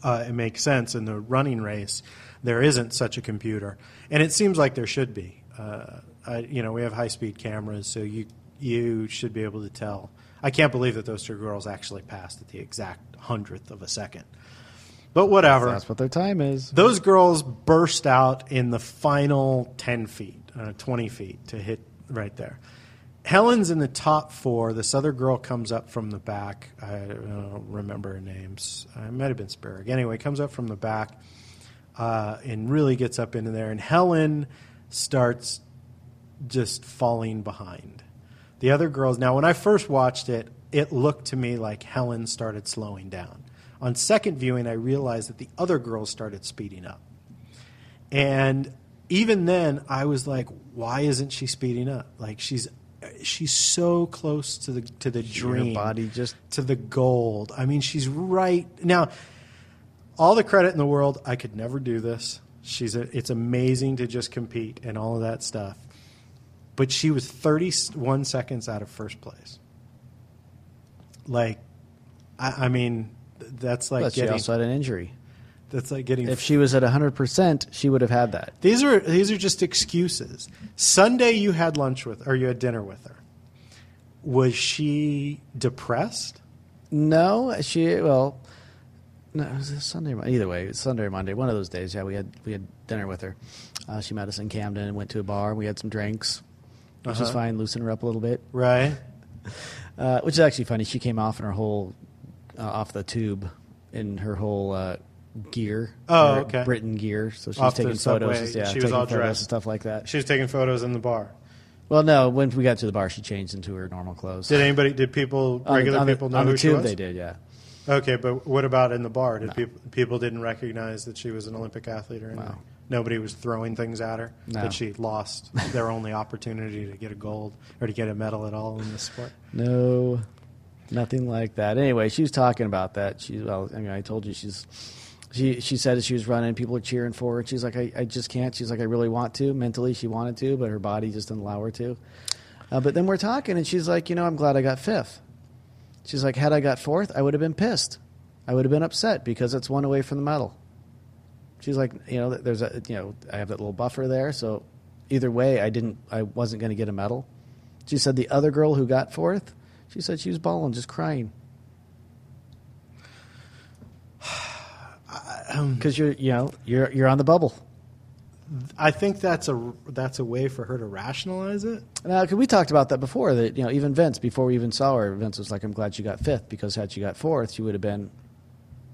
Speaker 1: uh, it makes sense. In the running race, there isn't such a computer, and it seems like there should be. Uh, I, you know, we have high speed cameras, so you you should be able to tell. I can't believe that those two girls actually passed at the exact hundredth of a second. But whatever.
Speaker 3: that's what their time is.
Speaker 1: Those girls burst out in the final 10 feet, uh, 20 feet to hit right there. Helen's in the top four. This other girl comes up from the back. I don't remember her names. It might have been Spurg. Anyway, comes up from the back uh, and really gets up into there. And Helen starts just falling behind. The other girls, now when I first watched it, it looked to me like Helen started slowing down. On second viewing, I realized that the other girls started speeding up. And even then, I was like, why isn't she speeding up? Like she's she's so close to the to the dream
Speaker 3: body just-
Speaker 1: to the gold. I mean, she's right now all the credit in the world. I could never do this. She's a, it's amazing to just compete and all of that stuff. But she was 31 seconds out of first place. Like, I, I mean, th- that's like
Speaker 3: But she
Speaker 1: getting
Speaker 3: also had an injury.
Speaker 1: that's like getting.
Speaker 3: If she was at hundred percent, she would have had that.
Speaker 1: these are these are just excuses. Sunday you had lunch with or you had dinner with her. Was she depressed?
Speaker 3: No, she well, no, it was a Sunday. or Mon- Either way, it was Sunday or Monday, one of those days. Yeah, we had we had dinner with her. Uh, she met us in Camden and went to a bar. We had some drinks, which
Speaker 1: Uh-huh.
Speaker 3: is fine, loosen her up a little bit.
Speaker 1: Right.
Speaker 3: Uh, which is actually funny. She came off in her whole uh, off the tube in her whole uh, gear.
Speaker 1: Oh,
Speaker 3: her
Speaker 1: okay.
Speaker 3: Britain gear. So she was
Speaker 1: Off the
Speaker 3: taking photos.
Speaker 1: subway,
Speaker 3: yeah,
Speaker 1: she was
Speaker 3: taking
Speaker 1: all
Speaker 3: photos
Speaker 1: dressed.
Speaker 3: and stuff like that.
Speaker 1: She was taking photos in the bar.
Speaker 3: Well, no, when we got to the bar, she changed into her normal clothes.
Speaker 1: Did anybody? Did people?
Speaker 3: On the-
Speaker 1: Regular
Speaker 3: on the-
Speaker 1: people know
Speaker 3: on the
Speaker 1: who she
Speaker 3: tube
Speaker 1: was?
Speaker 3: They did, yeah.
Speaker 1: Okay, but what about in the bar? Did people people didn't recognize that she was an Olympic athlete or anything?
Speaker 3: No.
Speaker 1: Nobody was throwing things at her.
Speaker 3: No.
Speaker 1: That she lost their only opportunity to get a gold or to get a medal at all in this sport.
Speaker 3: No, nothing like that. Anyway, she was talking about that. She well, I mean, I told you she's. She she said as she was running, people were cheering for her. She's like, I, I just can't. She's like, I really want to. Mentally, she wanted to, but her body just didn't allow her to. Uh, but then we're talking, and she's like, you know, I'm glad I got fifth. She's like, had I got fourth, I would have been pissed. I would have been upset because it's one away from the medal. She's like, you know, there's a, you know, I have that little buffer there, so either way, I didn't, I wasn't going to get a medal. She said the other girl who got fourth, she said she was bawling, just crying. Because you're, you know, you're you're on the bubble.
Speaker 1: I think that's a that's a way for her to rationalize it.
Speaker 3: Now, 'cause we talked about that before. That you know, even Vince, before we even saw her, Vince was like, "I'm glad she got fifth because had she got fourth, she would have been,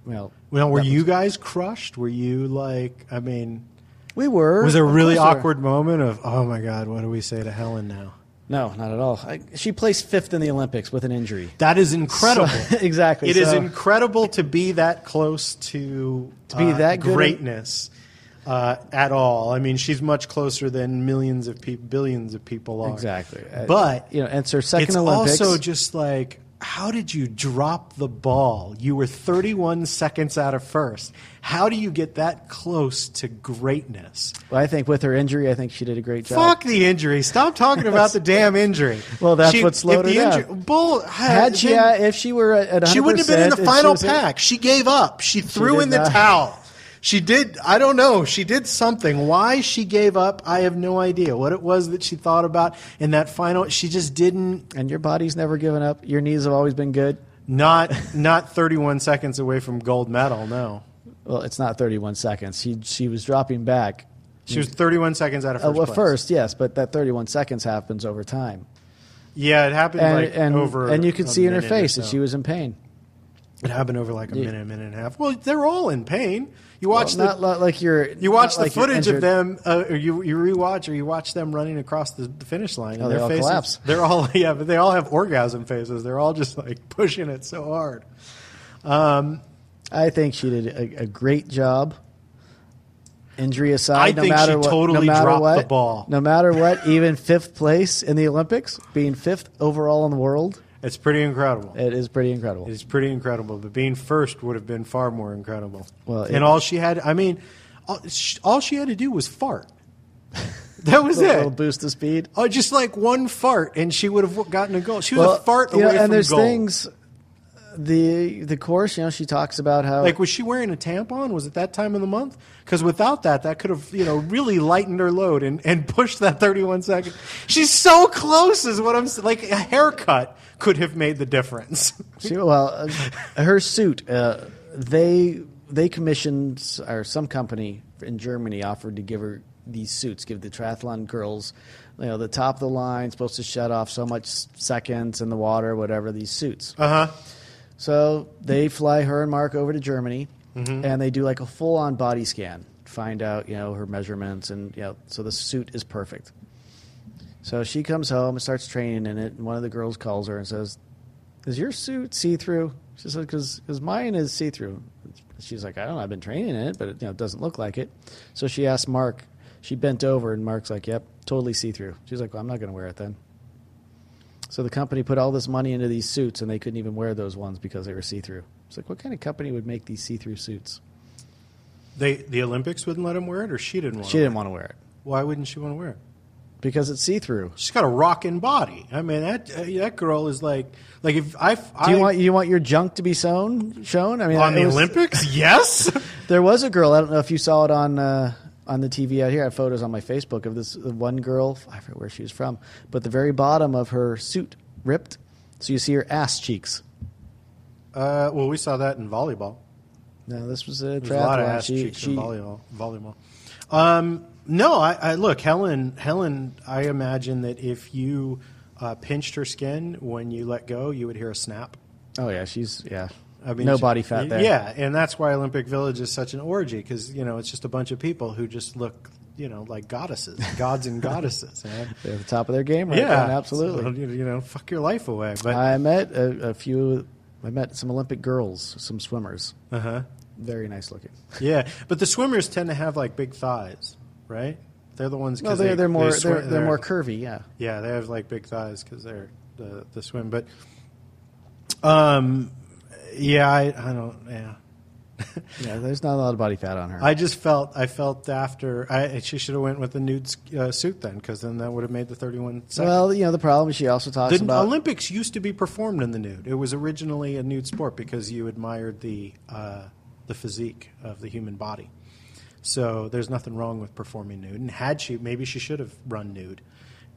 Speaker 3: you know."
Speaker 1: Well, were
Speaker 3: that
Speaker 1: you
Speaker 3: was-
Speaker 1: guys crushed? Were you like? I mean,
Speaker 3: We were.
Speaker 1: was there a
Speaker 3: Of
Speaker 1: really
Speaker 3: course we were.
Speaker 1: awkward moment of oh my god, what do we say to Helen now?
Speaker 3: No, not at all. I, she placed fifth in the Olympics with an injury.
Speaker 1: That is incredible.
Speaker 3: So- exactly.
Speaker 1: It is
Speaker 3: So-
Speaker 1: incredible to be that close to
Speaker 3: To be that good at-
Speaker 1: greatness uh, at all. I mean, she's much closer than millions of people, billions of people are.
Speaker 3: Exactly. Uh,
Speaker 1: But
Speaker 3: you know, and it's her second
Speaker 1: it's
Speaker 3: Olympics.
Speaker 1: also just like. How did you drop the ball? You were 31 seconds out of first. How do you get that close to greatness?
Speaker 3: Well, I think with her injury, I think she did a great job.
Speaker 1: Fuck the injury. Stop talking about the damn injury.
Speaker 3: Well, that's
Speaker 1: She-
Speaker 3: what slowed
Speaker 1: if
Speaker 3: her
Speaker 1: the
Speaker 3: down.
Speaker 1: bull,
Speaker 3: Had she,
Speaker 1: then-
Speaker 3: uh, if she were at 100
Speaker 1: she wouldn't have been in the final pack. She gave up. She threw
Speaker 3: did
Speaker 1: in the
Speaker 3: not.
Speaker 1: towel. She did. I don't know. She did something. Why she gave up, I have no idea. What it was that she thought about in that final, she just didn't.
Speaker 3: and your body's never given up. Your knees have always been good.
Speaker 1: Not not 31 seconds away from gold medal. No,
Speaker 3: Well, it's not 31 seconds. She she was dropping back.
Speaker 1: she was 31 seconds out of
Speaker 3: Uh,
Speaker 1: first.
Speaker 3: well,
Speaker 1: place.
Speaker 3: first, yes, but that 31 seconds happens over time,
Speaker 1: yeah, it happened
Speaker 3: and
Speaker 1: like
Speaker 3: and
Speaker 1: over,
Speaker 3: and you
Speaker 1: a
Speaker 3: could see in her
Speaker 1: minute or
Speaker 3: face that
Speaker 1: so.
Speaker 3: she was in pain.
Speaker 1: It happened over like a minute, minute and a half. Well, they're all in pain. You watch
Speaker 3: Well,
Speaker 1: the
Speaker 3: not li- like you're.
Speaker 1: You watch
Speaker 3: not
Speaker 1: the
Speaker 3: like you're
Speaker 1: footage of
Speaker 3: injured.
Speaker 1: them, uh, or you you rewatch, or you watch them running across the, the finish line.
Speaker 3: Oh, they
Speaker 1: their
Speaker 3: all
Speaker 1: faces,
Speaker 3: collapse.
Speaker 1: They're all yeah, but they all have orgasm faces. They're all just like pushing it so hard.
Speaker 3: I think she did a, a great job. Injury aside,
Speaker 1: I
Speaker 3: no
Speaker 1: think
Speaker 3: matter
Speaker 1: she
Speaker 3: what, no
Speaker 1: totally
Speaker 3: matter
Speaker 1: dropped the
Speaker 3: what-
Speaker 1: ball.
Speaker 3: No matter what, even fifth place in the Olympics, being fifth overall in the world,
Speaker 1: It's pretty incredible.
Speaker 3: it is pretty incredible.
Speaker 1: It's pretty incredible. But being first would have been far more incredible.
Speaker 3: Well, it-
Speaker 1: and all she had, I mean, all, sh- all she had to do was fart. That was
Speaker 3: a little
Speaker 1: it.
Speaker 3: boost of speed.
Speaker 1: Oh, just like one fart, and she would have gotten a goal. She was a fart
Speaker 3: you
Speaker 1: away
Speaker 3: know,
Speaker 1: from
Speaker 3: and there's
Speaker 1: goal.
Speaker 3: things. The the course, you know, she talks about how
Speaker 1: Like, was she wearing a tampon? Was it that time of the month? Because without that, that could have, you know, really lightened her load and, and pushed that 31 second. She's so close, is what I'm s- Like, a haircut could have made the difference.
Speaker 3: She, well, uh, her suit. Uh, they they commissioned or some company in Germany offered to give her these suits, give the triathlon girls, you know, the top of the line, supposed to shut off so much seconds in the water, whatever. These suits.
Speaker 1: Uh huh.
Speaker 3: So they fly her and Mark over to Germany, and they do like a full-on body scan, find out you know her measurements, and you know, so the suit is perfect. So she comes home and starts training in it, and one of the girls calls her and says, "Is your suit see-through?" She said, "Because mine is see-through." She's like, "I don't know. I've been training in it, but it you know, doesn't look like it." So she asked Mark. She bent over, and Mark's like, "Yep, totally see-through." She's like, "Well, I'm not going to wear it then." So the company put all this money into these suits, and they couldn't even wear those ones because they were see-through. It's like, what kind of company would make these see-through suits?
Speaker 1: They, the Olympics wouldn't let him wear it, or she didn't want
Speaker 3: She
Speaker 1: to
Speaker 3: didn't want to wear it
Speaker 1: Why wouldn't she want to wear it?
Speaker 3: because it's see-through.
Speaker 1: She's got a rockin' body. I mean, that uh, that girl is like, like if I,
Speaker 3: Do
Speaker 1: I
Speaker 3: you want you want your junk to be shown? Shown? I mean,
Speaker 1: on
Speaker 3: it
Speaker 1: the
Speaker 3: was-
Speaker 1: Olympics, yes.
Speaker 3: There was a girl. I don't know if you saw it on uh, on the TV out here. I have photos on my Facebook of this one girl. I forget where she was from, but the very bottom of her suit ripped, so you see her ass cheeks.
Speaker 1: Uh, well, we saw that in volleyball.
Speaker 3: No, this was a
Speaker 1: There's a lot of
Speaker 3: triathlon.
Speaker 1: ass
Speaker 3: She,
Speaker 1: cheeks in
Speaker 3: she,
Speaker 1: volleyball. Volleyball. Um, no, I, I look Helen. Helen, I imagine that if you uh, pinched her skin when you let go, you would hear a snap.
Speaker 3: oh yeah, she's yeah.
Speaker 1: I mean,
Speaker 3: no
Speaker 1: she-
Speaker 3: body fat there.
Speaker 1: Yeah, and that's why Olympic Village is such an orgy because you know it's just a bunch of people who just look, you know, like goddesses, gods and goddesses. Man.
Speaker 3: They're at the top of their game right
Speaker 1: yeah,
Speaker 3: now, absolutely.
Speaker 1: So, you you know, fuck your life away. But
Speaker 3: I met a, a few. I met some Olympic girls, some swimmers. Uh
Speaker 1: Uh-huh.
Speaker 3: Very nice looking.
Speaker 1: yeah, but the swimmers tend to have like big thighs, right? They're the ones.
Speaker 3: No,
Speaker 1: 'cause
Speaker 3: they're
Speaker 1: they-
Speaker 3: they're more
Speaker 1: swim-
Speaker 3: they're, they're more curvy. Yeah.
Speaker 1: Yeah, they have like big thighs because they're the the swim. But, um, yeah, I, I don't. Yeah,
Speaker 3: Yeah. There's not a lot of body fat on her.
Speaker 1: I just felt I felt after I she should have went with the nude uh, suit then because then that would have made the thirty one.
Speaker 3: well, you know the problem is she also talks
Speaker 1: the
Speaker 3: about
Speaker 1: Olympics used to be performed in the nude. It was originally a nude sport because you admired the uh, the physique of the human body. So there's nothing wrong with performing nude. And had she, maybe she should have run nude.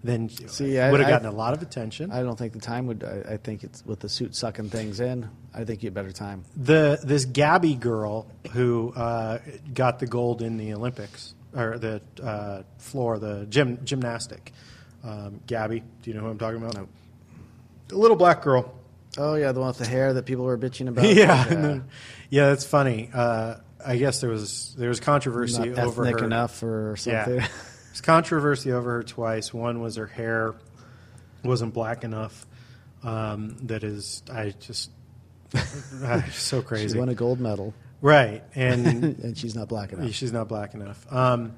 Speaker 1: Then
Speaker 3: See, I-
Speaker 1: would have
Speaker 3: I-
Speaker 1: gotten a lot of attention.
Speaker 3: I don't think the time would. I, I think it's with the suit sucking things in. I think you had better time.
Speaker 1: the this Gabby girl who uh, got the gold in the Olympics or the uh, floor, the gym gymnastic. Um, Gabby, do you know who I'm talking about? No. A little black girl.
Speaker 3: Oh yeah, the one with the hair that people were bitching about.
Speaker 1: yeah, and then- yeah, that's funny. Uh, I guess there was there was
Speaker 3: not
Speaker 1: controversy over
Speaker 3: ethnic
Speaker 1: her.
Speaker 3: enough or something.
Speaker 1: Yeah. There's controversy over her twice. One was her hair wasn't black enough. Um, that is, I just so
Speaker 3: she
Speaker 1: crazy,
Speaker 3: won a gold medal,
Speaker 1: right? And
Speaker 3: and she's not black
Speaker 1: Yeah,
Speaker 3: enough.
Speaker 1: She's not black enough. Um,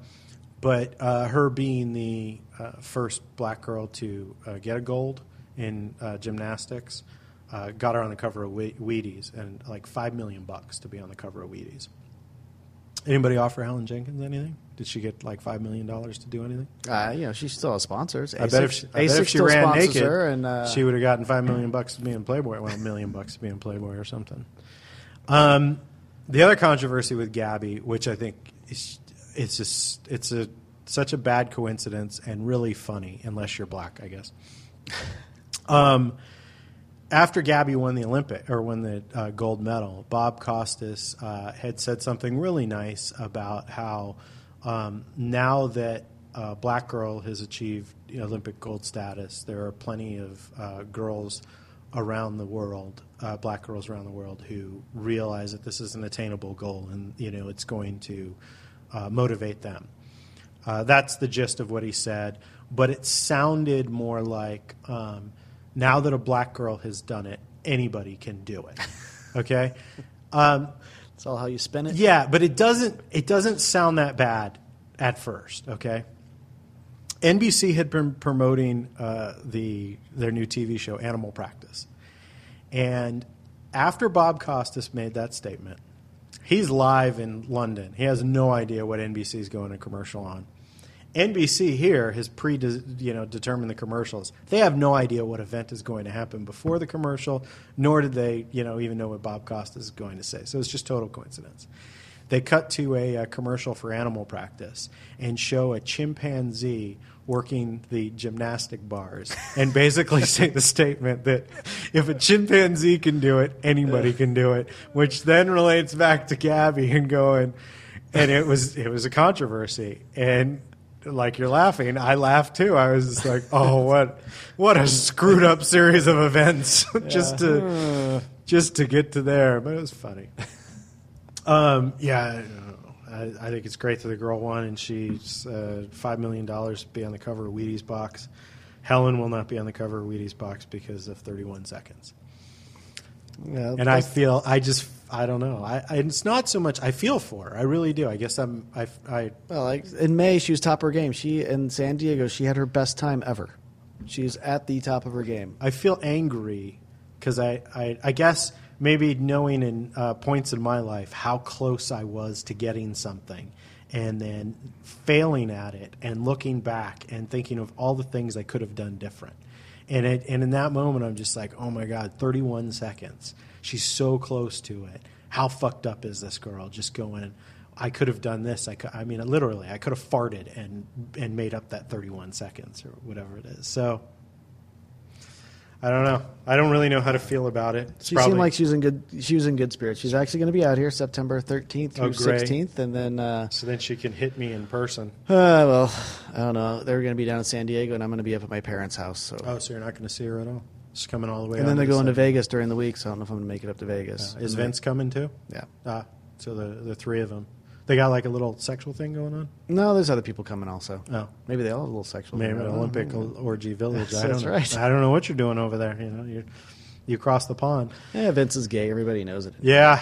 Speaker 1: but uh, her being the uh, first black girl to uh, get a gold in uh, gymnastics uh, got her on the cover of Whe- Wheaties and like five million bucks to be on the cover of Wheaties. Anybody offer Helen Jenkins anything? Did she get like five million dollars to do anything?
Speaker 3: Uh, you know, she still has sponsors.
Speaker 1: I bet if she, I bet if she
Speaker 3: still
Speaker 1: ran
Speaker 3: sponsors
Speaker 1: naked,
Speaker 3: her, and uh,
Speaker 1: she would have gotten five million bucks to be in Playboy. Well, a million bucks to be in Playboy or something. Um, the other controversy with Gabby, which I think is, it's just it's a such a bad coincidence and really funny, unless you're black, I guess. Um, after Gabby won the Olympic or won the uh, gold medal, Bob Costas uh, had said something really nice about how um, now that uh, black girl has achieved Olympic gold status, there are plenty of uh, girls around the world, uh, black girls around the world, who realize that this is an attainable goal and you know it's going to uh, motivate them. Uh, that's the gist of what he said, but it sounded more like um, now that a black girl has done it, anybody can do it. Okay,
Speaker 3: It's all how you spin it.
Speaker 1: yeah, but it doesn't it doesn't sound that bad at first, okay? NBC had been promoting uh, the their new TV show Animal Practice. And after Bob Costas made that statement, he's live in London. He has no idea what NBC is going to commercial on. NBC here has pre you know determined the commercials. They have no idea what event is going to happen before the commercial, nor did they you know even know what Bob Costas is going to say. So it's just total coincidence. They cut to a, uh commercial for animal practice and show a chimpanzee working the gymnastic bars and basically say the statement that if a chimpanzee can do it, anybody can do it, which then relates back to Gabby and going, and it was it was a controversy and like you're laughing i laughed too i was just like oh what what a screwed up series of events just to just to get to there but it was funny um yeah I don't know. I, I think it's great that the girl won and she's uh, five million dollars to be on the cover of wheaties box helen will not be on the cover of wheaties box because of 31 seconds
Speaker 3: Yeah,
Speaker 1: and I
Speaker 3: that's-
Speaker 1: feel I just I don't know I, I it's not so much I feel for her I really do I guess I'm I, I
Speaker 3: Well, like in May, she was top of her game. She in San Diego, she had her best time ever. She's at the top of her game.
Speaker 1: I feel angry because I, I, I guess maybe knowing in uh, points in my life how close I was to getting something and then failing at it and looking back and thinking of all the things I could have done different. And, it, and in that moment, I'm just like, oh my God, 31 seconds. She's so close to it. How fucked up is this girl? Just going, I could have done this. I, could, I mean, literally, I could have farted and, and made up that 31 seconds or whatever it is. So I don't know. I don't really know how to feel about it. It's
Speaker 3: She
Speaker 1: probably-
Speaker 3: seemed like she was in good. She was in good spirits. She's actually going to be out here September 13th through
Speaker 1: Oh, great.
Speaker 3: 16th, and then uh,
Speaker 1: so then she can hit me in person.
Speaker 3: Uh, well, I don't know. They're going to be down in San Diego, and I'm going to be up at my parents' house. So,
Speaker 1: Oh, so you're not going to see her at all. She's coming all the way.
Speaker 3: and then
Speaker 1: out
Speaker 3: they're
Speaker 1: to the
Speaker 3: going to
Speaker 1: side.
Speaker 3: Vegas during the week. So I don't know if I'm going to make it up to Vegas.
Speaker 1: Is Vince coming too?
Speaker 3: Yeah.
Speaker 1: Ah, so the the three of them. They got like a little sexual thing going on.
Speaker 3: No, there's other people coming also.
Speaker 1: Oh.
Speaker 3: maybe they all have a little sexual.
Speaker 1: Maybe
Speaker 3: thing.
Speaker 1: an
Speaker 3: I don't
Speaker 1: Olympic
Speaker 3: know.
Speaker 1: orgy village. I
Speaker 3: That's
Speaker 1: don't know.
Speaker 3: right.
Speaker 1: I don't know what you're doing over there. You know, you you cross the pond.
Speaker 3: Yeah, Vince is gay. Everybody knows it.
Speaker 1: Yeah.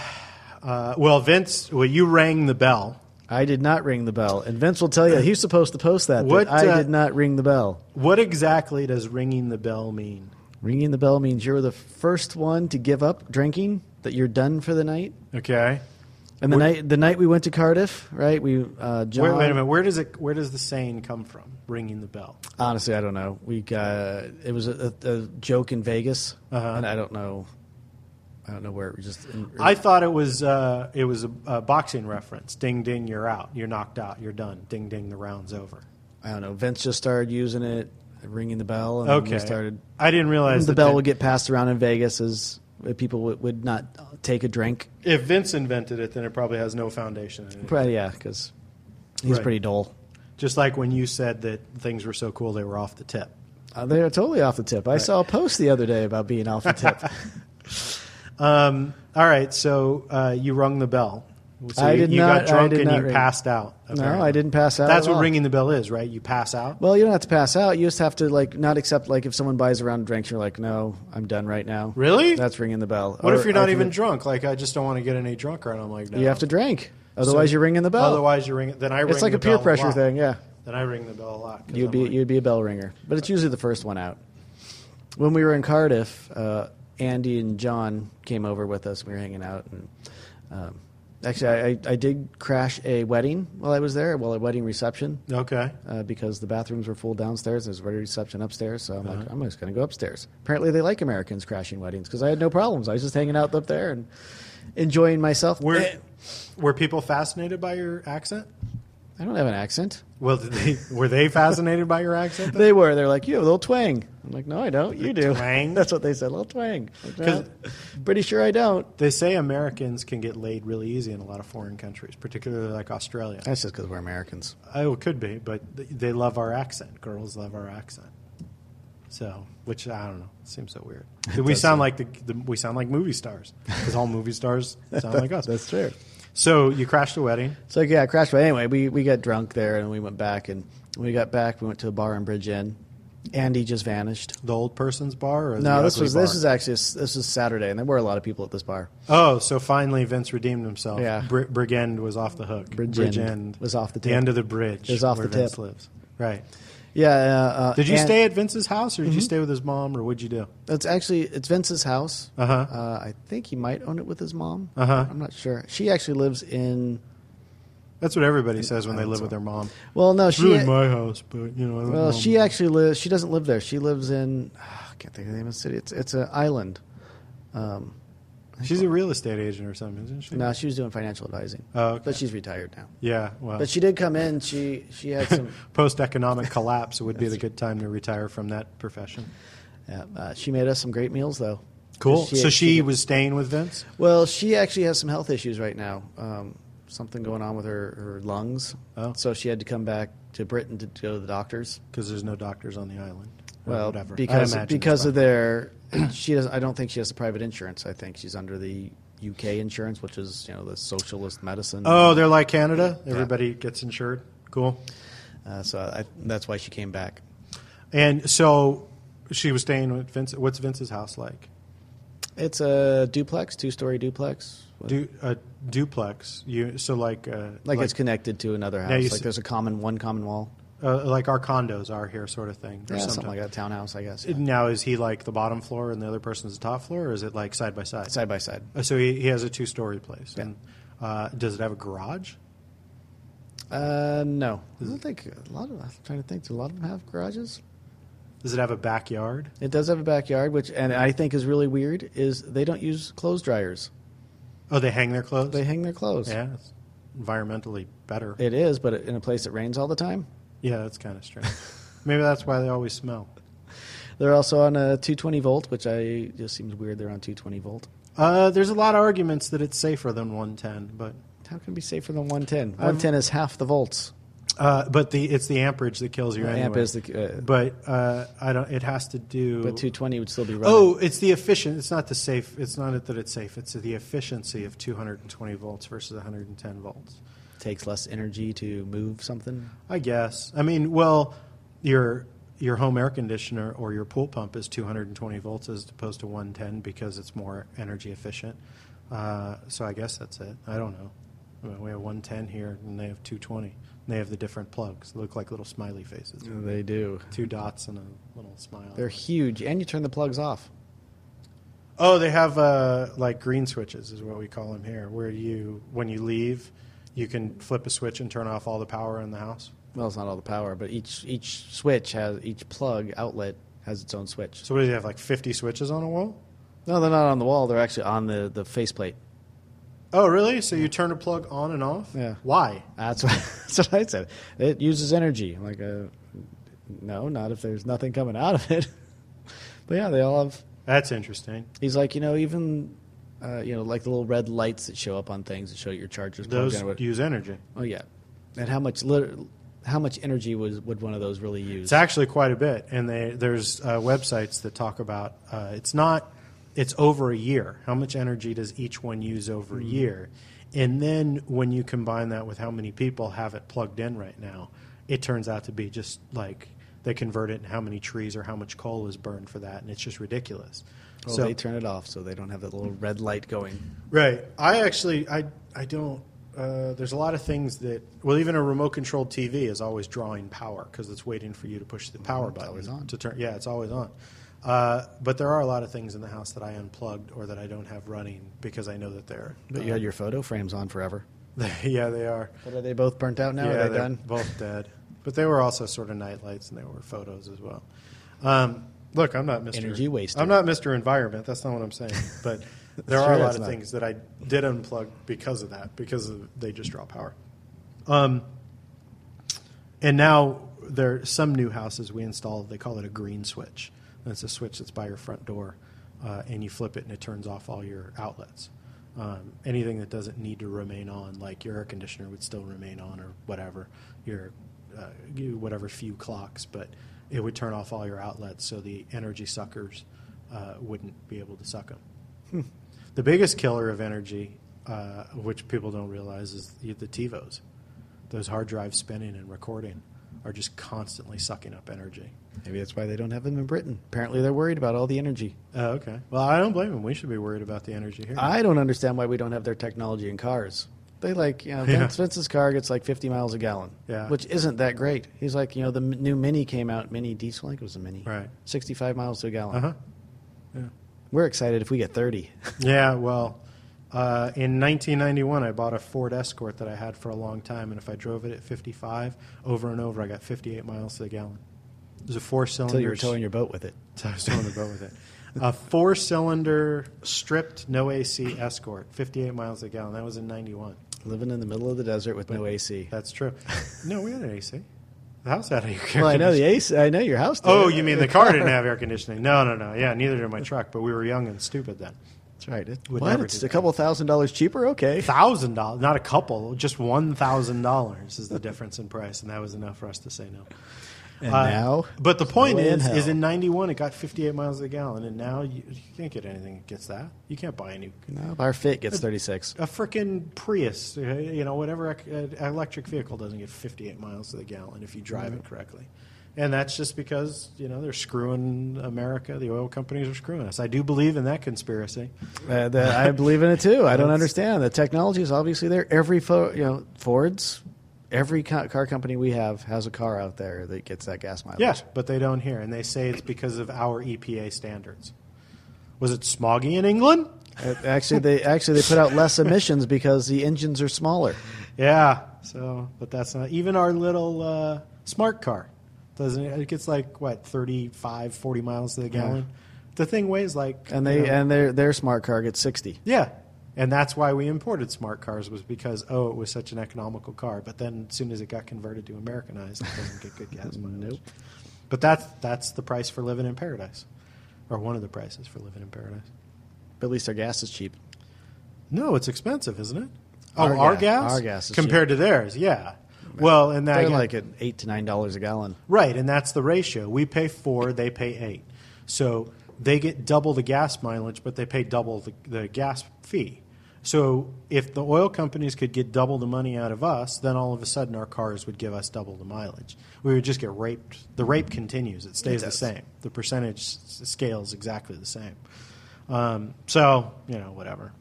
Speaker 1: Uh, well, Vince, well, you rang the bell.
Speaker 3: I did not ring the bell, and Vince will tell you he's supposed to post that.
Speaker 1: What,
Speaker 3: What I
Speaker 1: uh,
Speaker 3: did not ring the bell.
Speaker 1: What exactly does ringing the bell mean?
Speaker 3: Ringing the bell means you're the first one to give up drinking. That you're done for the night.
Speaker 1: Okay.
Speaker 3: And the night, the night we went to Cardiff, right? We uh, John,
Speaker 1: Wait, wait a minute. Where does it? Where does the saying come from? Ringing the bell.
Speaker 3: Honestly, I don't know. We uh, it was a, a, a joke in Vegas,
Speaker 1: Uh-huh.
Speaker 3: and I don't know. I don't know where it was just. In,
Speaker 1: I thought it was uh, it was a, a boxing reference. Ding ding, you're out. You're knocked out. You're done. Ding ding, the round's over.
Speaker 3: I don't know. Vince just started using it, ringing the bell, and then
Speaker 1: Okay.
Speaker 3: we started.
Speaker 1: I didn't realize
Speaker 3: The
Speaker 1: that
Speaker 3: bell
Speaker 1: they-
Speaker 3: would get passed around in Vegas as if people would, would not take a drink.
Speaker 1: If Vince invented it, then it probably has no foundation. In it.
Speaker 3: Probably, yeah, because he's
Speaker 1: Right.
Speaker 3: pretty dull.
Speaker 1: Just like when you said that things were so cool they were off the tip.
Speaker 3: Uh, they're totally off the tip. I saw a post the other day about being off the tip.
Speaker 1: Um, all right, so uh, you rung the bell. So
Speaker 3: I
Speaker 1: you,
Speaker 3: did
Speaker 1: you
Speaker 3: not-
Speaker 1: got
Speaker 3: I
Speaker 1: drunk
Speaker 3: did
Speaker 1: and
Speaker 3: not
Speaker 1: you
Speaker 3: ring.
Speaker 1: passed out. apparently.
Speaker 3: I didn't pass out
Speaker 1: That's
Speaker 3: at
Speaker 1: what
Speaker 3: all.
Speaker 1: ringing the bell is, right? You pass out.
Speaker 3: well, you don't have to pass out. You just have to like not accept like if someone buys a round of drinks, you're like, no, I'm done right now.
Speaker 1: Really?
Speaker 3: That's ringing the bell.
Speaker 1: What
Speaker 3: Or
Speaker 1: if you're not
Speaker 3: I
Speaker 1: even
Speaker 3: can-
Speaker 1: drunk? Like I just don't want to get any drunker, and I'm like, no.
Speaker 3: You have to drink. Otherwise, you're ringing the bell.
Speaker 1: Otherwise, you ring. Then I. Ring
Speaker 3: it's like
Speaker 1: the
Speaker 3: a peer
Speaker 1: bell
Speaker 3: pressure
Speaker 1: lot.
Speaker 3: thing. Yeah,
Speaker 1: Then I ring the bell a lot. 'cause
Speaker 3: you'd
Speaker 1: I'm
Speaker 3: be
Speaker 1: like-
Speaker 3: you'd be a bell ringer, but it's usually the first one out. When we were in Cardiff, uh, Andy and John came over with us. We were hanging out, and um, actually, I, I, I did crash a wedding while I was there. Well, a wedding reception.
Speaker 1: Okay.
Speaker 3: Uh, because the bathrooms were full downstairs, and there's a wedding reception upstairs. So I'm like, I'm just going to go upstairs. Apparently, they like Americans crashing weddings because I had no problems. I was just hanging out up there and enjoying myself.
Speaker 1: Were
Speaker 3: Eh,
Speaker 1: were people fascinated by your accent?
Speaker 3: I don't have an accent.
Speaker 1: Well, did they, were they fascinated by your accent?
Speaker 3: They were. They're like, you have a little twang. I'm like, no, I don't. You do.
Speaker 1: twang?
Speaker 3: That's what they said, little twang. Like, "No, pretty sure I don't.
Speaker 1: They say Americans can get laid really easy in a lot of foreign countries, particularly like Australia.
Speaker 3: That's just because we're Americans.
Speaker 1: Oh, it could be, but th- they love our accent. Girls love our accent. So, which I don't know, it seems so weird. we
Speaker 3: does
Speaker 1: sound like the, the we sound like movie stars because all movie stars sound like us.
Speaker 3: That's true.
Speaker 1: So you crashed a wedding.
Speaker 3: So yeah, I crashed. But anyway, we, we got drunk there and we went back. And when we got back, we went to a bar in Bridge Inn. Andy just vanished.
Speaker 1: The old person's bar. Or the
Speaker 3: No, this
Speaker 1: ugly
Speaker 3: was
Speaker 1: bar?
Speaker 3: this is actually this is Saturday, and there were a lot of people at this bar.
Speaker 1: Oh, so finally Vince redeemed himself.
Speaker 3: Yeah.
Speaker 1: Bri- Brigand was off the hook.
Speaker 3: Brigand was off the
Speaker 1: The
Speaker 3: tip.
Speaker 1: end of the bridge.
Speaker 3: It was off
Speaker 1: where
Speaker 3: the tip.
Speaker 1: Vince lives. Right.
Speaker 3: Yeah. Uh, uh,
Speaker 1: Did you
Speaker 3: and- Mm-hmm.
Speaker 1: stay at Vince's house or did you stay with his mom or what'd you do?
Speaker 3: It's actually it's Vince's house.
Speaker 1: Uh-huh.
Speaker 3: Uh, I think he might own it with his mom.
Speaker 1: Uh-huh.
Speaker 3: I'm not sure. She actually lives in.
Speaker 1: That's what everybody says when they
Speaker 3: I
Speaker 1: live
Speaker 3: think
Speaker 1: with their mom.
Speaker 3: Well, no, she.
Speaker 1: It's really my house, but you know. I don't
Speaker 3: well,
Speaker 1: know.
Speaker 3: she actually lives. She doesn't live there. She lives in. ah, I can't think of the name of the city. It's it's an island. Um,
Speaker 1: she's a real estate agent or something, isn't she?
Speaker 3: no, she was doing financial advising.
Speaker 1: Oh, okay. Oh.
Speaker 3: But she's retired now.
Speaker 1: Yeah. Well,
Speaker 3: But she did come in. She she had some.
Speaker 1: post-economic collapse would be the good time to retire from that profession.
Speaker 3: yeah, uh, she made us some great meals though.
Speaker 1: Cool. so she,
Speaker 3: she
Speaker 1: was staying with Vince.
Speaker 3: Well, she actually has some health issues right now. Um, something going on with her, her lungs.
Speaker 1: Oh.
Speaker 3: So she had to come back to Britain to go to the doctors.
Speaker 1: Because there's no doctors on the island. or
Speaker 3: Well,
Speaker 1: whatever. I
Speaker 3: because
Speaker 1: imagine
Speaker 3: because
Speaker 1: it's
Speaker 3: of their she does. I don't think she has the private insurance. I think she's under the UK insurance, which is you know the socialist medicine.
Speaker 1: Oh, they're like Canada. Everybody gets insured. Cool.
Speaker 3: Uh, so I, that's why she came back.
Speaker 1: And so she was staying with Vince. What's Vince's house like?
Speaker 3: It's a duplex, two story duplex.
Speaker 1: Du- a duplex. You so like uh,
Speaker 3: like, it's connected to another
Speaker 1: you
Speaker 3: house.
Speaker 1: s-
Speaker 3: Like there's a common one common wall.
Speaker 1: uh, like our condos are here, sort of thing, or
Speaker 3: Yeah,
Speaker 1: something.
Speaker 3: something like that. Townhouse, I guess.
Speaker 1: Now is he like the bottom floor and the other person's the top floor, or is it like side by side?
Speaker 3: Side by side.
Speaker 1: Uh, So he, he has a two story place.
Speaker 3: Yeah.
Speaker 1: And uh, does it have a garage?
Speaker 3: Uh, no, I don't think a lot of. I'm trying to think. Do a lot of them have garages?
Speaker 1: Does it have a backyard?
Speaker 3: It does have a backyard, which and I think is really weird. Is they don't use clothes dryers.
Speaker 1: Oh, they hang their clothes.
Speaker 3: They hang their clothes.
Speaker 1: yeah, it's environmentally better.
Speaker 3: It is, but in a place that rains all the time.
Speaker 1: yeah, that's kind of strange. Maybe that's why they always smell.
Speaker 3: They're also on a 220 volt, which I just seems weird. They're on 220 volt.
Speaker 1: Uh, there's a lot of arguments that it's safer than 110, but
Speaker 3: How can it be safer than 110? 110 is half the volts.
Speaker 1: uh, but the it's the amperage that kills you.
Speaker 3: The
Speaker 1: anyway.
Speaker 3: amp is the, uh,
Speaker 1: but uh, I don't. It has to do.
Speaker 3: but 220 would still be running.
Speaker 1: Oh, it's the efficient. It's not the safe. It's not that it's safe. It's the efficiency of 220 volts versus 110 volts.
Speaker 3: takes less energy to move something.
Speaker 1: I guess. I mean, well, your your home air conditioner or your pool pump is 220 volts as opposed to 110 because it's more energy efficient. Uh, so I guess that's it. I don't know. I mean, we have 110 here, and they have 220. And they have the different plugs. They look like little smiley faces.
Speaker 3: They do.
Speaker 1: Two dots and a little smile.
Speaker 3: They're huge, and you turn the plugs off.
Speaker 1: Oh, they have uh, like green switches, is what we call them here, where you when you leave, you can flip a switch and turn off all the power in the house.
Speaker 3: Well, it's not all the power, but each each switch has each plug outlet has its own switch.
Speaker 1: So what do they have? Like 50 switches on a wall?
Speaker 3: No, they're not on the wall. They're actually on the the faceplate.
Speaker 1: Oh, really? So you turn a plug on and off?
Speaker 3: Yeah.
Speaker 1: Why?
Speaker 3: That's what, that's what I said. It uses energy. I'm like, uh, no, not if there's nothing coming out of it. but yeah, they all have.
Speaker 1: That's interesting.
Speaker 3: He's like, you know, even uh, you know, like the little red lights that show up on things that show your chargers. plugged
Speaker 1: Those
Speaker 3: in or what-
Speaker 1: use energy.
Speaker 3: oh yeah, and how much lit- how much energy was would one of those really use?
Speaker 1: It's actually quite a bit, and they, there's uh, websites that talk about uh, it's not it's over a year. How much energy does each one use over
Speaker 3: Mm-hmm.
Speaker 1: a year? And then when you combine that with how many people have it plugged in right now, it turns out to be just like they convert it and how many trees or how much coal is burned for that, and it's just ridiculous.
Speaker 3: Well,
Speaker 1: so
Speaker 3: Oh, they turn it off so they don't have that little red light going.
Speaker 1: Right. I actually, I, I don't. Uh, there's a lot of things that. Well, even a remote-controlled TV is always drawing power because it's waiting for you to push the power
Speaker 3: Oh, it's
Speaker 1: button
Speaker 3: always on.
Speaker 1: to turn. Yeah, it's always on. Uh, but there are a lot of things in the house that I unplugged or that I don't have running because I know that they're.
Speaker 3: But you had your photo frames on forever.
Speaker 1: yeah, they are.
Speaker 3: But are they both burnt out now?
Speaker 1: yeah,
Speaker 3: are
Speaker 1: they're
Speaker 3: they done?
Speaker 1: both dead. But they were also sort of night lights and they were photos as well. Um, look, I'm not Mr.
Speaker 3: Energy waster.
Speaker 1: I'm not Mr. Environment. That's not what I'm saying. But there
Speaker 3: Sure,
Speaker 1: are a lot
Speaker 3: that's
Speaker 1: of
Speaker 3: not.
Speaker 1: things that I did unplug because of that, because of, they just draw power. Um, And now there are some new houses we install. They call it a green switch. That's a switch that's by your front door, uh, and you flip it and it turns off all your outlets. Um, anything that doesn't need to remain on, like your air conditioner, would still remain on, or whatever your uh, you- whatever few clocks, but it would turn off all your outlets, so the energy suckers uh, wouldn't be able to suck them. The biggest killer of energy, uh, which people don't realize, is the, the TiVos. Those hard drives spinning and recording are just constantly sucking up energy.
Speaker 3: Maybe that's why they don't have them in Britain. Apparently, they're worried about all the energy.
Speaker 1: Oh, okay. Well, I don't blame them. We should be worried about the energy here.
Speaker 3: I don't understand why we don't have their technology in cars. They like, you know,
Speaker 1: Yeah.
Speaker 3: Vince, Vince's car gets like 50 miles a gallon,
Speaker 1: Yeah.
Speaker 3: which isn't that great. He's like, you know, the m- new Mini came out, Mini diesel, I think it was a Mini,
Speaker 1: Right.
Speaker 3: 65 miles to a gallon.
Speaker 1: uh huh.
Speaker 3: We're excited if we get 30.
Speaker 1: Yeah, well, uh, in 1991, I bought a Ford Escort that I had for a long time, and if I drove it at 55 over and over, I got 58 miles to the gallon. It was a four-cylinder.
Speaker 3: Until you were towing your boat with it.
Speaker 1: So I was towing the boat with it. A four-cylinder stripped, no AC Escort, 58 miles a gallon. That was in '91.
Speaker 3: Living in the middle of the desert with no AC.
Speaker 1: That's true. No, we had an AC. The house had air conditioning.
Speaker 3: Well, I know the AC. I know your house. did.
Speaker 1: Oh, you mean the car didn't have air conditioning? No, no, no. Yeah, neither did my truck. But we were young and stupid then.
Speaker 3: That's right. It,
Speaker 1: Would
Speaker 3: what?
Speaker 1: never
Speaker 3: It's
Speaker 1: do that.
Speaker 3: a couple thousand dollars cheaper. Okay.
Speaker 1: Thousand dollars, not a couple, just one thousand dollars is the difference in price, and that was enough for us to say no. Uh,
Speaker 3: And now?
Speaker 1: but the point
Speaker 3: No way in
Speaker 1: is, is
Speaker 3: hell.
Speaker 1: in '91 it got 58 miles a gallon, and now you, you can't get anything that gets that. You can't buy a new
Speaker 3: No, our Fit gets 36.
Speaker 1: a freaking Prius, uh, you know, whatever ec- uh, electric vehicle doesn't get 58 miles to the gallon if you drive it correctly. And that's just because, you know, they're screwing America. The oil companies are screwing us. I do believe in that conspiracy.
Speaker 3: Uh, the, I believe in it too. I don't understand. The technology is obviously there. Every fo- you know Ford's, every ca- car company we have has a car out there that gets that gas mileage.
Speaker 1: Yeah, but they don't hear. And they say it's because of our EPA standards. Was it smoggy in England?
Speaker 3: Uh, actually, they actually they put out less emissions because the engines are smaller.
Speaker 1: Yeah. So, but that's not even our little uh, smart car. Doesn't it? It gets like, what, 35, 40 miles to the gallon? The thing weighs like.
Speaker 3: And
Speaker 1: you
Speaker 3: they
Speaker 1: know,
Speaker 3: and their their smart car gets 60.
Speaker 1: Yeah. And that's why we imported smart cars was because oh it was such an economical car. But then as soon as it got converted to Americanized, it doesn't get good gas mileage.
Speaker 3: Nope.
Speaker 1: But that's that's the price for living in paradise, or one of the prices for living in paradise.
Speaker 3: But at least our gas is cheap.
Speaker 1: No, it's expensive, isn't it? Oh,
Speaker 3: Our
Speaker 1: our,
Speaker 3: gas-
Speaker 1: gas,
Speaker 3: our gas is
Speaker 1: compared to theirs, yeah. Well, and that
Speaker 3: They're
Speaker 1: again-
Speaker 3: like at eight to nine dollars a gallon.
Speaker 1: Right, and that's the ratio. We pay four, they pay eight. So they get double the gas mileage, but they pay double the, the gas fee. So if the oil companies could get double the money out of us, then all of a sudden our cars would give us double the mileage. We would just get raped. The rape continues, it stays the
Speaker 3: does.
Speaker 1: same. The percentage s- scales exactly the same. Um, so, you know, whatever.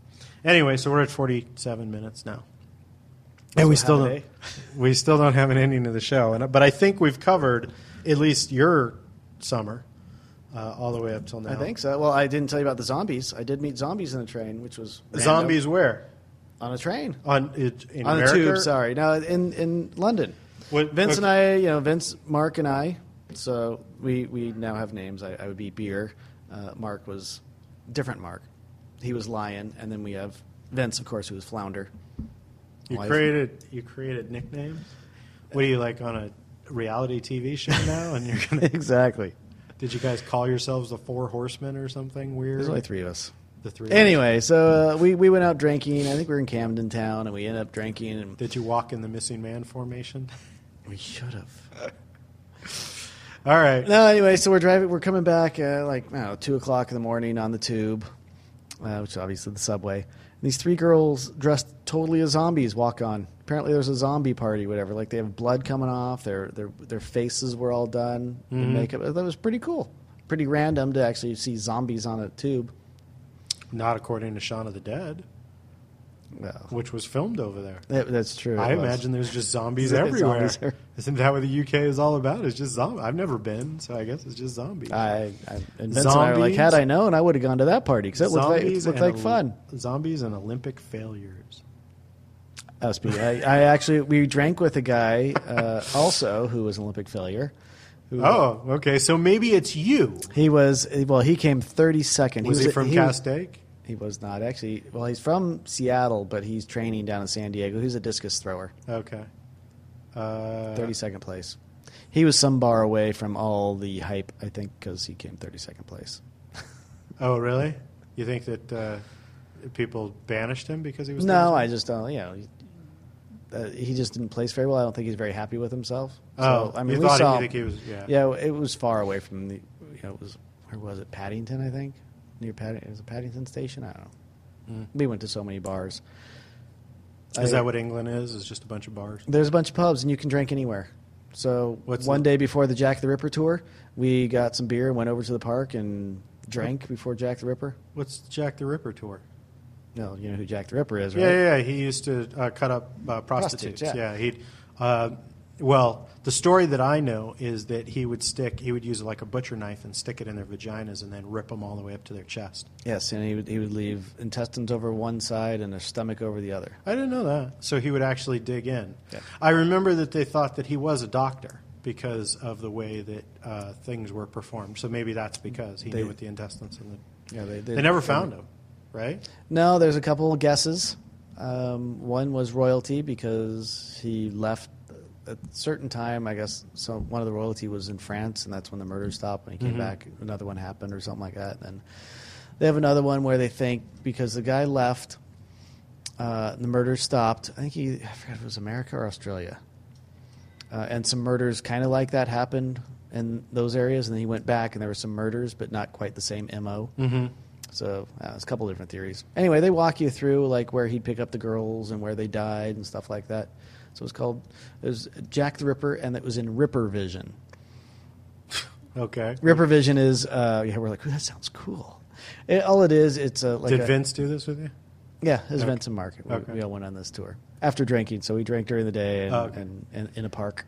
Speaker 1: Anyway, so we're at 47 minutes now. And we
Speaker 3: what
Speaker 1: still
Speaker 3: happened,
Speaker 1: don't, we still don't have an ending to the show, and but I think we've covered at least your summer, uh, all the way up till now.
Speaker 3: I think so. Well, I didn't tell you about the zombies. I did meet zombies in a train, which was random.
Speaker 1: Zombies where
Speaker 3: on a train.
Speaker 1: on it, in
Speaker 3: on
Speaker 1: America?
Speaker 3: a tube. Sorry, no, in in London.
Speaker 1: What- okay.
Speaker 3: Vince and I, you know, Vince, Mark, and I. So we we now have names. I, I would be beer. Uh, Mark was different. Mark, he was lion, and then we have Vince, of course, who was flounder.
Speaker 1: You
Speaker 3: Life.
Speaker 1: created you created nicknames. What are you like on a reality TV show now? And you're gonna
Speaker 3: exactly.
Speaker 1: did you guys call yourselves the Four Horsemen or something weird?
Speaker 3: There's only three of us.
Speaker 1: the three.
Speaker 3: Anyway, so uh, we we went out drinking. I think we were in Camden Town, and we ended up drinking. And
Speaker 1: did you walk in the missing man formation?
Speaker 3: we should have.
Speaker 1: All right.
Speaker 3: No, anyway, so we're driving. We're coming back uh, like I don't know, two o'clock in the morning on the tube, uh, which is obviously the subway. And these three girls dressed totally as zombies walk on. Apparently, there's a zombie party, whatever. Like they have blood coming off their their their faces were all done. their
Speaker 1: Mm-hmm.
Speaker 3: makeup. That was pretty cool. Pretty random to actually see zombies on a tube.
Speaker 1: Not according to Shaun of the Dead,
Speaker 3: Well,
Speaker 1: which was filmed over there.
Speaker 3: that, that's true.
Speaker 1: I
Speaker 3: it was.
Speaker 1: imagine there's just zombies
Speaker 3: There's
Speaker 1: everywhere.
Speaker 3: zombies everywhere.
Speaker 1: Isn't that what the UK is all about? It's just zombies. I've never been, so I guess it's just zombies.
Speaker 3: I, I and Vince and I were like,
Speaker 1: Zombies?
Speaker 3: had I known, I would have gone to that party because it looked like, it
Speaker 1: Zombies
Speaker 3: looked
Speaker 1: and
Speaker 3: like
Speaker 1: Ol-
Speaker 3: fun.
Speaker 1: Zombies and Olympic failures.
Speaker 3: SB. I, I actually we drank with a guy uh, also who was an Olympic failure. Who,
Speaker 1: Oh, okay. So maybe it's you.
Speaker 3: he was well. He came thirty second.
Speaker 1: Was he,
Speaker 3: was-
Speaker 1: from
Speaker 3: he was-
Speaker 1: Castaic?
Speaker 3: He was not actually.
Speaker 1: Uh-huh.
Speaker 3: Well, he's from Seattle, but he's training down in San Diego. He's a discus thrower.
Speaker 1: Okay. Uh,
Speaker 3: 32nd place. He was some bar away from all the hype, I think, because he came 32nd place.
Speaker 1: oh, really? You think that uh, people banished him because he was?
Speaker 3: No,
Speaker 1: 32nd?
Speaker 3: I just don't. You know, he- uh, he just didn't place very well. I don't think he's very happy with himself.
Speaker 1: Oh,
Speaker 3: so, I mean,
Speaker 1: you
Speaker 3: we
Speaker 1: thought he-
Speaker 3: saw.
Speaker 1: you think he was- yeah.
Speaker 3: it was far away from the. You know, it was where was it? Paddington, I think. Near Paddington, it was a Paddington station. I don't know. We went to so many bars.
Speaker 1: Hmm. Is
Speaker 3: I-
Speaker 1: that what England is? Is just a bunch of bars?
Speaker 3: There's a bunch of pubs, and you can drink anywhere. So
Speaker 1: What's
Speaker 3: one
Speaker 1: the-
Speaker 3: day before the Jack the Ripper tour, we got some beer and went over to the park and drank before Jack the Ripper.
Speaker 1: What's Jack the Ripper tour?
Speaker 3: No, you know who Jack the Ripper is, right?
Speaker 1: Yeah, yeah, yeah. He used to uh, cut up uh, prostitutes.
Speaker 3: Prostitutes, yeah.
Speaker 1: he'd. Uh, well, the story that I know is that he would stick. He would use like a butcher knife and stick it in their vaginas and then rip them all the way up to their chest.
Speaker 3: Yes, and he would, he would leave intestines over one side and a stomach over the other.
Speaker 1: I didn't know that. So he would actually dig in.
Speaker 3: Yeah.
Speaker 1: I remember that they thought that he was a doctor because of the way that uh, things were performed. So maybe that's because he
Speaker 3: They-
Speaker 1: knew what the intestines and the.
Speaker 3: Yeah, they,
Speaker 1: They, never found him, right?
Speaker 3: No, there's a couple guesses. Um, one was royalty because he left at a certain time. I guess so. One of the royalty was in France, and that's when the murder stopped. When he came back, another one happened or something like that. And then they have another one where they think because the guy left, uh, the murder stopped. I think he I forgot if it was America or Australia. Uh, and some murders kind of like that happened in those areas, and then he went back, and there were some murders, but not quite the same mo. Mm-hmm. So uh, it's a couple different theories. Anyway, they walk you through like where he'd pick up the girls and where they died and stuff like that. So it's called it was Jack the Ripper, and it was in Ripper Vision.
Speaker 1: Okay.
Speaker 3: Ripper Vision is uh, yeah, we're like, "Ooh, that sounds cool. It, all it is, it's a like
Speaker 1: Did
Speaker 3: a-
Speaker 1: Vince do this with you?
Speaker 3: yeah, it was Vincent Market. We,
Speaker 1: Okay.
Speaker 3: we all went on this tour after drinking, so we drank during the day and,
Speaker 1: Oh, okay.
Speaker 3: and, and in a park.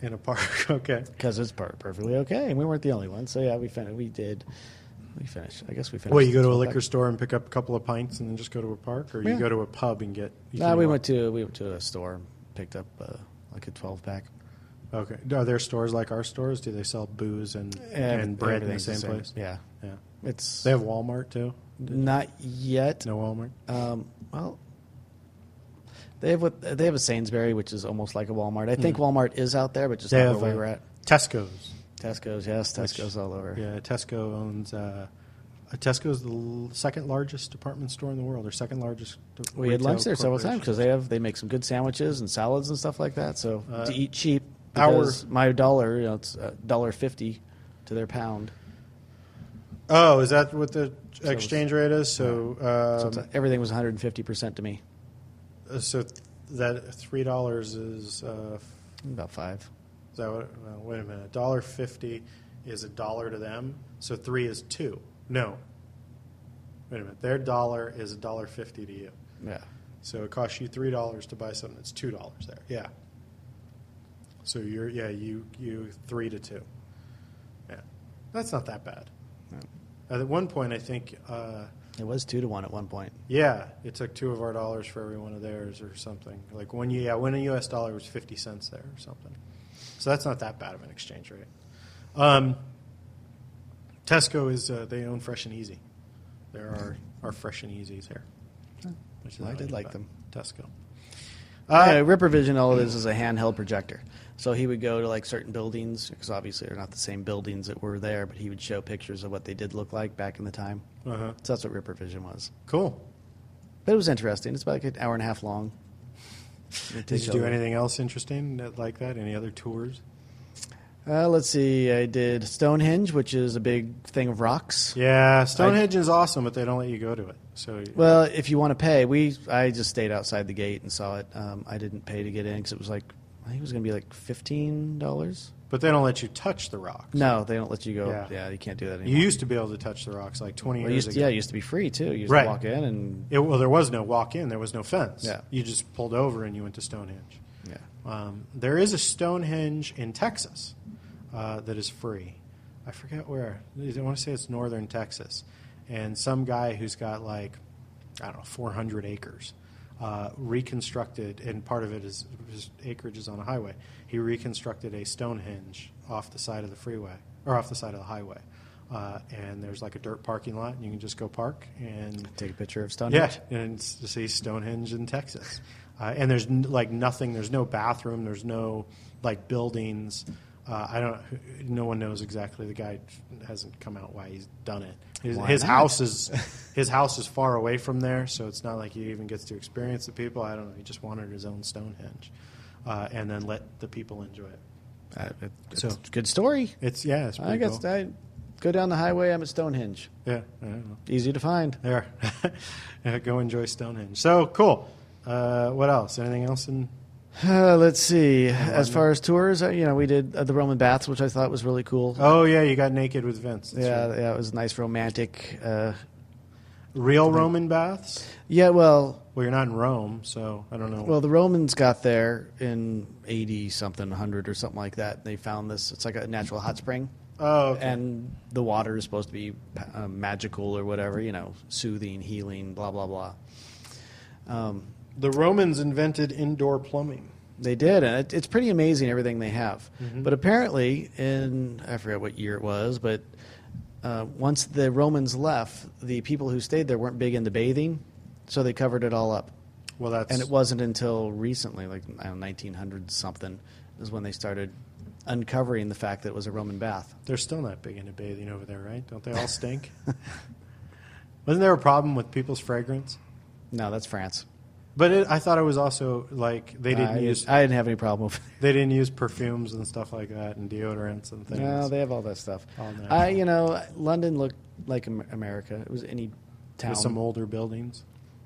Speaker 1: In a park. okay.
Speaker 3: Because it's per- perfectly okay, and we weren't the only ones. So yeah, we fin- we did, we finished. I guess we finished.
Speaker 1: Wait, you go to a
Speaker 3: twelve
Speaker 1: liquor
Speaker 3: bucks.
Speaker 1: store and pick up a couple of pints and then just go to a park, or you
Speaker 3: Yeah.
Speaker 1: go to a pub and get? you
Speaker 3: No,
Speaker 1: can
Speaker 3: we
Speaker 1: walk-
Speaker 3: went to we went to a store, and picked up uh, like a twelve pack.
Speaker 1: Okay. Are there stores like our stores? Do they sell booze and and bread in the
Speaker 3: Everything's
Speaker 1: same, place?
Speaker 3: Yeah,
Speaker 1: Yeah.
Speaker 3: it's
Speaker 1: They have Walmart too.
Speaker 3: not yet.
Speaker 1: No Walmart.
Speaker 3: Um, well, they have what they have a Sainsbury, which is almost like a Walmart. I think Walmart is out there, but just
Speaker 1: Mm. They
Speaker 3: not
Speaker 1: have
Speaker 3: where
Speaker 1: uh,
Speaker 3: we were at.
Speaker 1: Tesco's.
Speaker 3: Tesco's, yes,
Speaker 1: which-
Speaker 3: Tesco's all over.
Speaker 1: Yeah, Tesco owns. Uh, uh, Tesco's the l- second largest department store in the world, or second largest. d-
Speaker 3: We had
Speaker 1: retail
Speaker 3: lunch there several times
Speaker 1: corporation.
Speaker 3: because they have they make some good sandwiches and salads and stuff like that. So
Speaker 1: Uh,
Speaker 3: to eat cheap,
Speaker 1: our-
Speaker 3: because my dollar, you know, it's a dollar fifty to their pound.
Speaker 1: Oh, is that what the
Speaker 3: it's-
Speaker 1: exchange rate is? So,
Speaker 3: So
Speaker 1: um,
Speaker 3: it's, uh, everything was one hundred and fifty percent to me,
Speaker 1: uh, so th- that three dollars is. Uh, f-
Speaker 3: about five.
Speaker 1: is that what, well, wait a minute. Dollar fifty is a dollar to them. So three is two. No. Wait a minute. Their dollar is a dollar fifty to you.
Speaker 3: Yeah,
Speaker 1: So it costs you three dollars to buy something that's two dollars there. Yeah. So you're yeah you you three to two. Yeah, that's not that bad. At one point, I think uh,
Speaker 3: it was two to one at one point.
Speaker 1: yeah it took two of our dollars for every one of theirs or something. Like one yeah when a U.S. dollar was fifty cents there or something. So that's not that bad of an exchange rate. Um, Tesco is uh, they own Fresh and Easy. There are are Fresh and Easies here. Which is
Speaker 3: I did
Speaker 1: nice
Speaker 3: like
Speaker 1: about
Speaker 3: them.
Speaker 1: Tesco. Uh,
Speaker 3: yeah, Ripper Vision, all it is is a handheld projector. So he would go to like certain buildings because obviously they're not the same buildings that were there, but he would show pictures of what they did look like back in the time.
Speaker 1: Uh-huh.
Speaker 3: So that's what Ripper Vision was.
Speaker 1: Cool.
Speaker 3: But it was interesting. It's about like an hour and a half long. It
Speaker 1: Did
Speaker 3: takes
Speaker 1: you do
Speaker 3: over.
Speaker 1: anything else interesting that- like that? Any other tours?
Speaker 3: Uh, let's see. I did Stonehenge, which is a big thing of rocks.
Speaker 1: Yeah, Stonehenge is awesome, but they don't let you go to it. So
Speaker 3: Well, if you want to pay, we I just stayed outside the gate and saw it. Um, I didn't pay to get in because it was like I think it was going to be like fifteen dollars.
Speaker 1: but they don't let you touch the rocks.
Speaker 3: No, they don't let you go.
Speaker 1: Yeah.
Speaker 3: Yeah, you can't do that
Speaker 1: You
Speaker 3: anymore.
Speaker 1: used to be able to touch the rocks like 20
Speaker 3: Well, it
Speaker 1: years
Speaker 3: used to-
Speaker 1: ago.
Speaker 3: yeah, it used to be free too. You used
Speaker 1: Right.
Speaker 3: to walk in and
Speaker 1: It- well, there was no walk in, there was no fence.
Speaker 3: Yeah.
Speaker 1: You just pulled over and you went to Stonehenge.
Speaker 3: yeah.
Speaker 1: Um, there is a Stonehenge in Texas uh, that is free. I forget where. I want to say it's northern Texas. And some guy who's got like, I don't know, 400 acres uh, reconstructed, and part of it is his acreage is on a highway. He reconstructed a Stonehenge off the side of the freeway, or off the side of the highway. uh, and there's like a dirt parking lot, and you can just go park and
Speaker 3: Take a picture of Stonehenge.
Speaker 1: yeah, and s- to see Stonehenge in Texas. Uh, and there's n- like nothing. There's no bathroom. There's no like buildings. Uh, I don't. No one knows exactly. The guy hasn't come out why he's done it. His,
Speaker 3: Why
Speaker 1: his
Speaker 3: not?
Speaker 1: house is his house is far away from there, so it's not like he even gets to experience the people. I don't know. He just wanted his own Stonehenge, uh, and then let the people enjoy it.
Speaker 3: Uh, it- it's
Speaker 1: So-
Speaker 3: a good story.
Speaker 1: It's yeah. It's pretty
Speaker 3: I guess
Speaker 1: cool.
Speaker 3: I go down the highway. I'm at Stonehenge.
Speaker 1: Yeah. I don't know.
Speaker 3: Easy to find.
Speaker 1: There. Yeah, Go enjoy Stonehenge. So cool. Uh, what else? Anything else in
Speaker 3: Uh, let's see. As far as tours, uh, you know, we did uh, the Roman baths, which I thought was really cool.
Speaker 1: Oh yeah, you got naked with Vince. That's
Speaker 3: yeah,
Speaker 1: right.
Speaker 3: yeah, it was a nice romantic. Uh,
Speaker 1: real Roman baths.
Speaker 3: yeah, well,
Speaker 1: Well, you're not in Rome, so I don't know.
Speaker 3: well, the Romans got there in eighty something, hundred or something like that. They found this. It's like a natural hot spring,
Speaker 1: oh, okay.
Speaker 3: and the water is supposed to be uh, magical or whatever. You know, soothing, healing, blah blah blah. Um,
Speaker 1: the Romans invented indoor plumbing.
Speaker 3: They did, and it, it's pretty amazing everything they have.
Speaker 1: Mm-hmm.
Speaker 3: But apparently, in I forget what year it was, but uh, once the Romans left, the people who stayed there weren't big into bathing, so they covered it all up.
Speaker 1: Well, that's
Speaker 3: And it wasn't until recently, like I don't know, 1900 something, is when they started uncovering the fact that it was a Roman bath.
Speaker 1: They're still not big into bathing over there, right? Don't they all stink? Wasn't there a problem with people's fragrance?
Speaker 3: No, that's France.
Speaker 1: But it, I thought it was also like they didn't
Speaker 3: I,
Speaker 1: use
Speaker 3: I didn't have any problem with it.
Speaker 1: they didn't use perfumes and stuff like that and deodorants and things.
Speaker 3: No, they have all that stuff.
Speaker 1: All natural.
Speaker 3: I, you know, London looked like Am- America. It was any town.
Speaker 1: with some older buildings.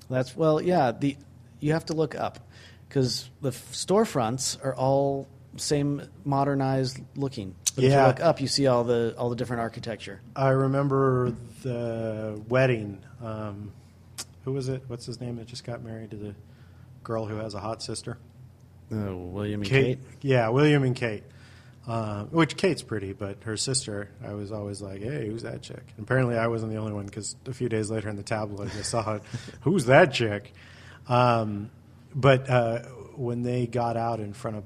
Speaker 3: That's well, yeah. The you have to look up because the f- storefronts are all same modernized looking. But if
Speaker 1: Yeah.
Speaker 3: you look up, you see all the all the different architecture.
Speaker 1: I remember the wedding. Um, who was it? What's his name that just got married to the girl who has a hot sister?
Speaker 3: Oh, William and
Speaker 1: Yeah, William and Kate. Um, which Kate's pretty, but her sister, I was always like, hey, who's that chick? And apparently I wasn't the only one because a few days later in the tabloid I saw it, who's that chick? Um, but uh, when they got out in front of,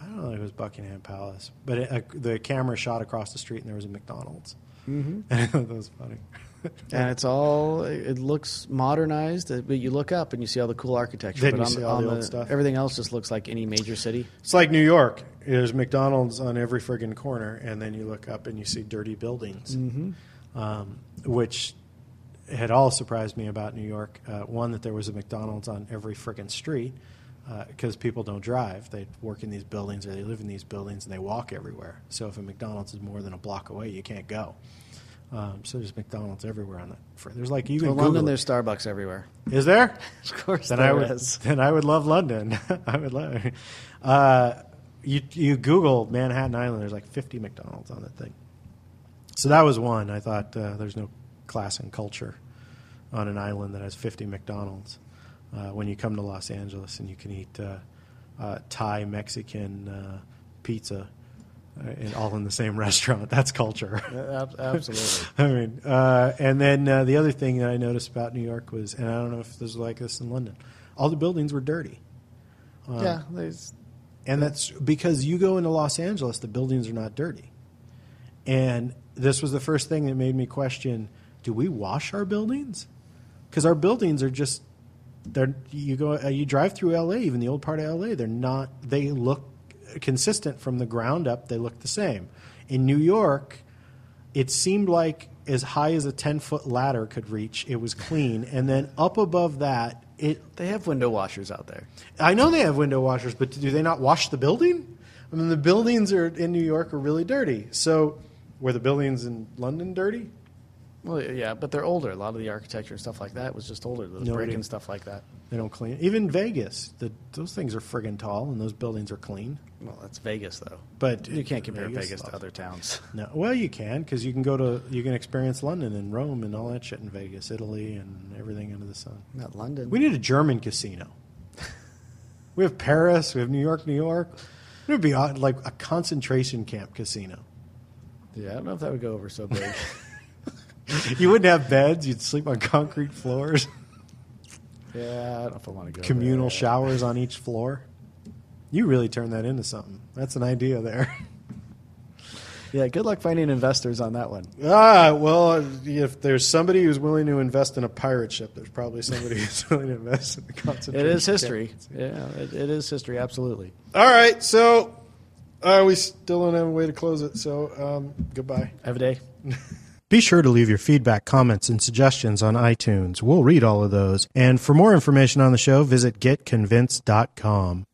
Speaker 1: I don't know if it was Buckingham Palace, but it, uh, the camera shot across the street and there was a McDonald's. Mm-hmm. that was funny.
Speaker 3: and it's all it looks modernized. uh, But you look up and you see all the cool architecture.
Speaker 1: Then
Speaker 3: but
Speaker 1: you see all the old stuff.
Speaker 3: Everything else just looks like any major city.
Speaker 1: It's like New York. There's McDonald's on every friggin' corner, and then you look up and you see dirty buildings,
Speaker 3: Mm-hmm.
Speaker 1: um, which had all surprised me about New York. Uh, one, that there was a McDonald's on every friggin' street because people don't drive. They work in these buildings or they live in these buildings and they walk everywhere. So if a McDonald's is more than a block away, you can't go. Um, so there's McDonald's everywhere on that. fr- There's like you can
Speaker 3: Well,
Speaker 1: Google
Speaker 3: London,
Speaker 1: it.
Speaker 3: there's Starbucks everywhere.
Speaker 1: Is there?
Speaker 3: Of course,
Speaker 1: then
Speaker 3: there
Speaker 1: I would
Speaker 3: is.
Speaker 1: then I would love London. I would love. Uh, you you Google Manhattan Island. There's like 50 McDonald's on that thing. So that was one. I thought uh, there's no class and culture on an island that has 50 McDonald's. Uh, when you come to Los Angeles and you can eat uh, uh, Thai Mexican uh, pizza, uh, and all in the same restaurant, that's culture.
Speaker 3: Absolutely.
Speaker 1: I mean, uh, and then uh, the other thing that I noticed about New York was, and I don't know if there's like this in London, all the buildings were dirty, Uh,
Speaker 3: yeah, there's
Speaker 1: and that's because you go into Los Angeles, the buildings are not dirty, and this was the first thing that made me question: Do we wash our buildings? Because our buildings are just they're you go uh, you drive through L.A. even the old part of L.A. They're not they look consistent from the ground up. They look the same. In New York, it seemed like as high as a 10 foot ladder could reach, it was clean. And then up above that, it
Speaker 3: they have window washers out there.
Speaker 1: I know they have window washers, but do they not wash the building? I mean, the buildings are in New York are really dirty. So were the buildings in London dirty?
Speaker 3: Well, yeah, but they're older. A lot of the architecture and stuff like that was just older. The brick
Speaker 1: idea.
Speaker 3: and stuff like that.
Speaker 1: They don't clean. Even Vegas, the, those things are friggin' tall and those buildings are clean.
Speaker 3: Well, that's Vegas, though.
Speaker 1: But
Speaker 3: you can't compare Vegas,
Speaker 1: loves-
Speaker 3: to other towns.
Speaker 1: No, well, you can because you can go to you can experience London and Rome and all that shit in Vegas, Italy, and everything under the sun.
Speaker 3: Not London.
Speaker 1: We need a German casino. we have Paris. We have New York, New York. It would be uh, like a concentration camp casino.
Speaker 3: yeah, I don't know if that would go over so big.
Speaker 1: You wouldn't have beds. You'd sleep on concrete floors.
Speaker 3: yeah, I don't know if I want to go.
Speaker 1: Communal
Speaker 3: there.
Speaker 1: showers on each floor. You really turn that into something. That's an idea there.
Speaker 3: Yeah, good luck finding investors on that one.
Speaker 1: Ah, well, if there's somebody who's willing to invest in a pirate ship, there's probably somebody who's willing to invest in the
Speaker 3: It
Speaker 1: concentration.
Speaker 3: is history.
Speaker 1: camps.
Speaker 3: Yeah, it, it is history. Absolutely.
Speaker 1: All right, so uh, we still don't have a way to close it. So um, goodbye.
Speaker 3: Every day.
Speaker 1: Be sure to leave your feedback, comments, and suggestions on iTunes. We'll read all of those. And for more information on the show, visit getconvinced.com.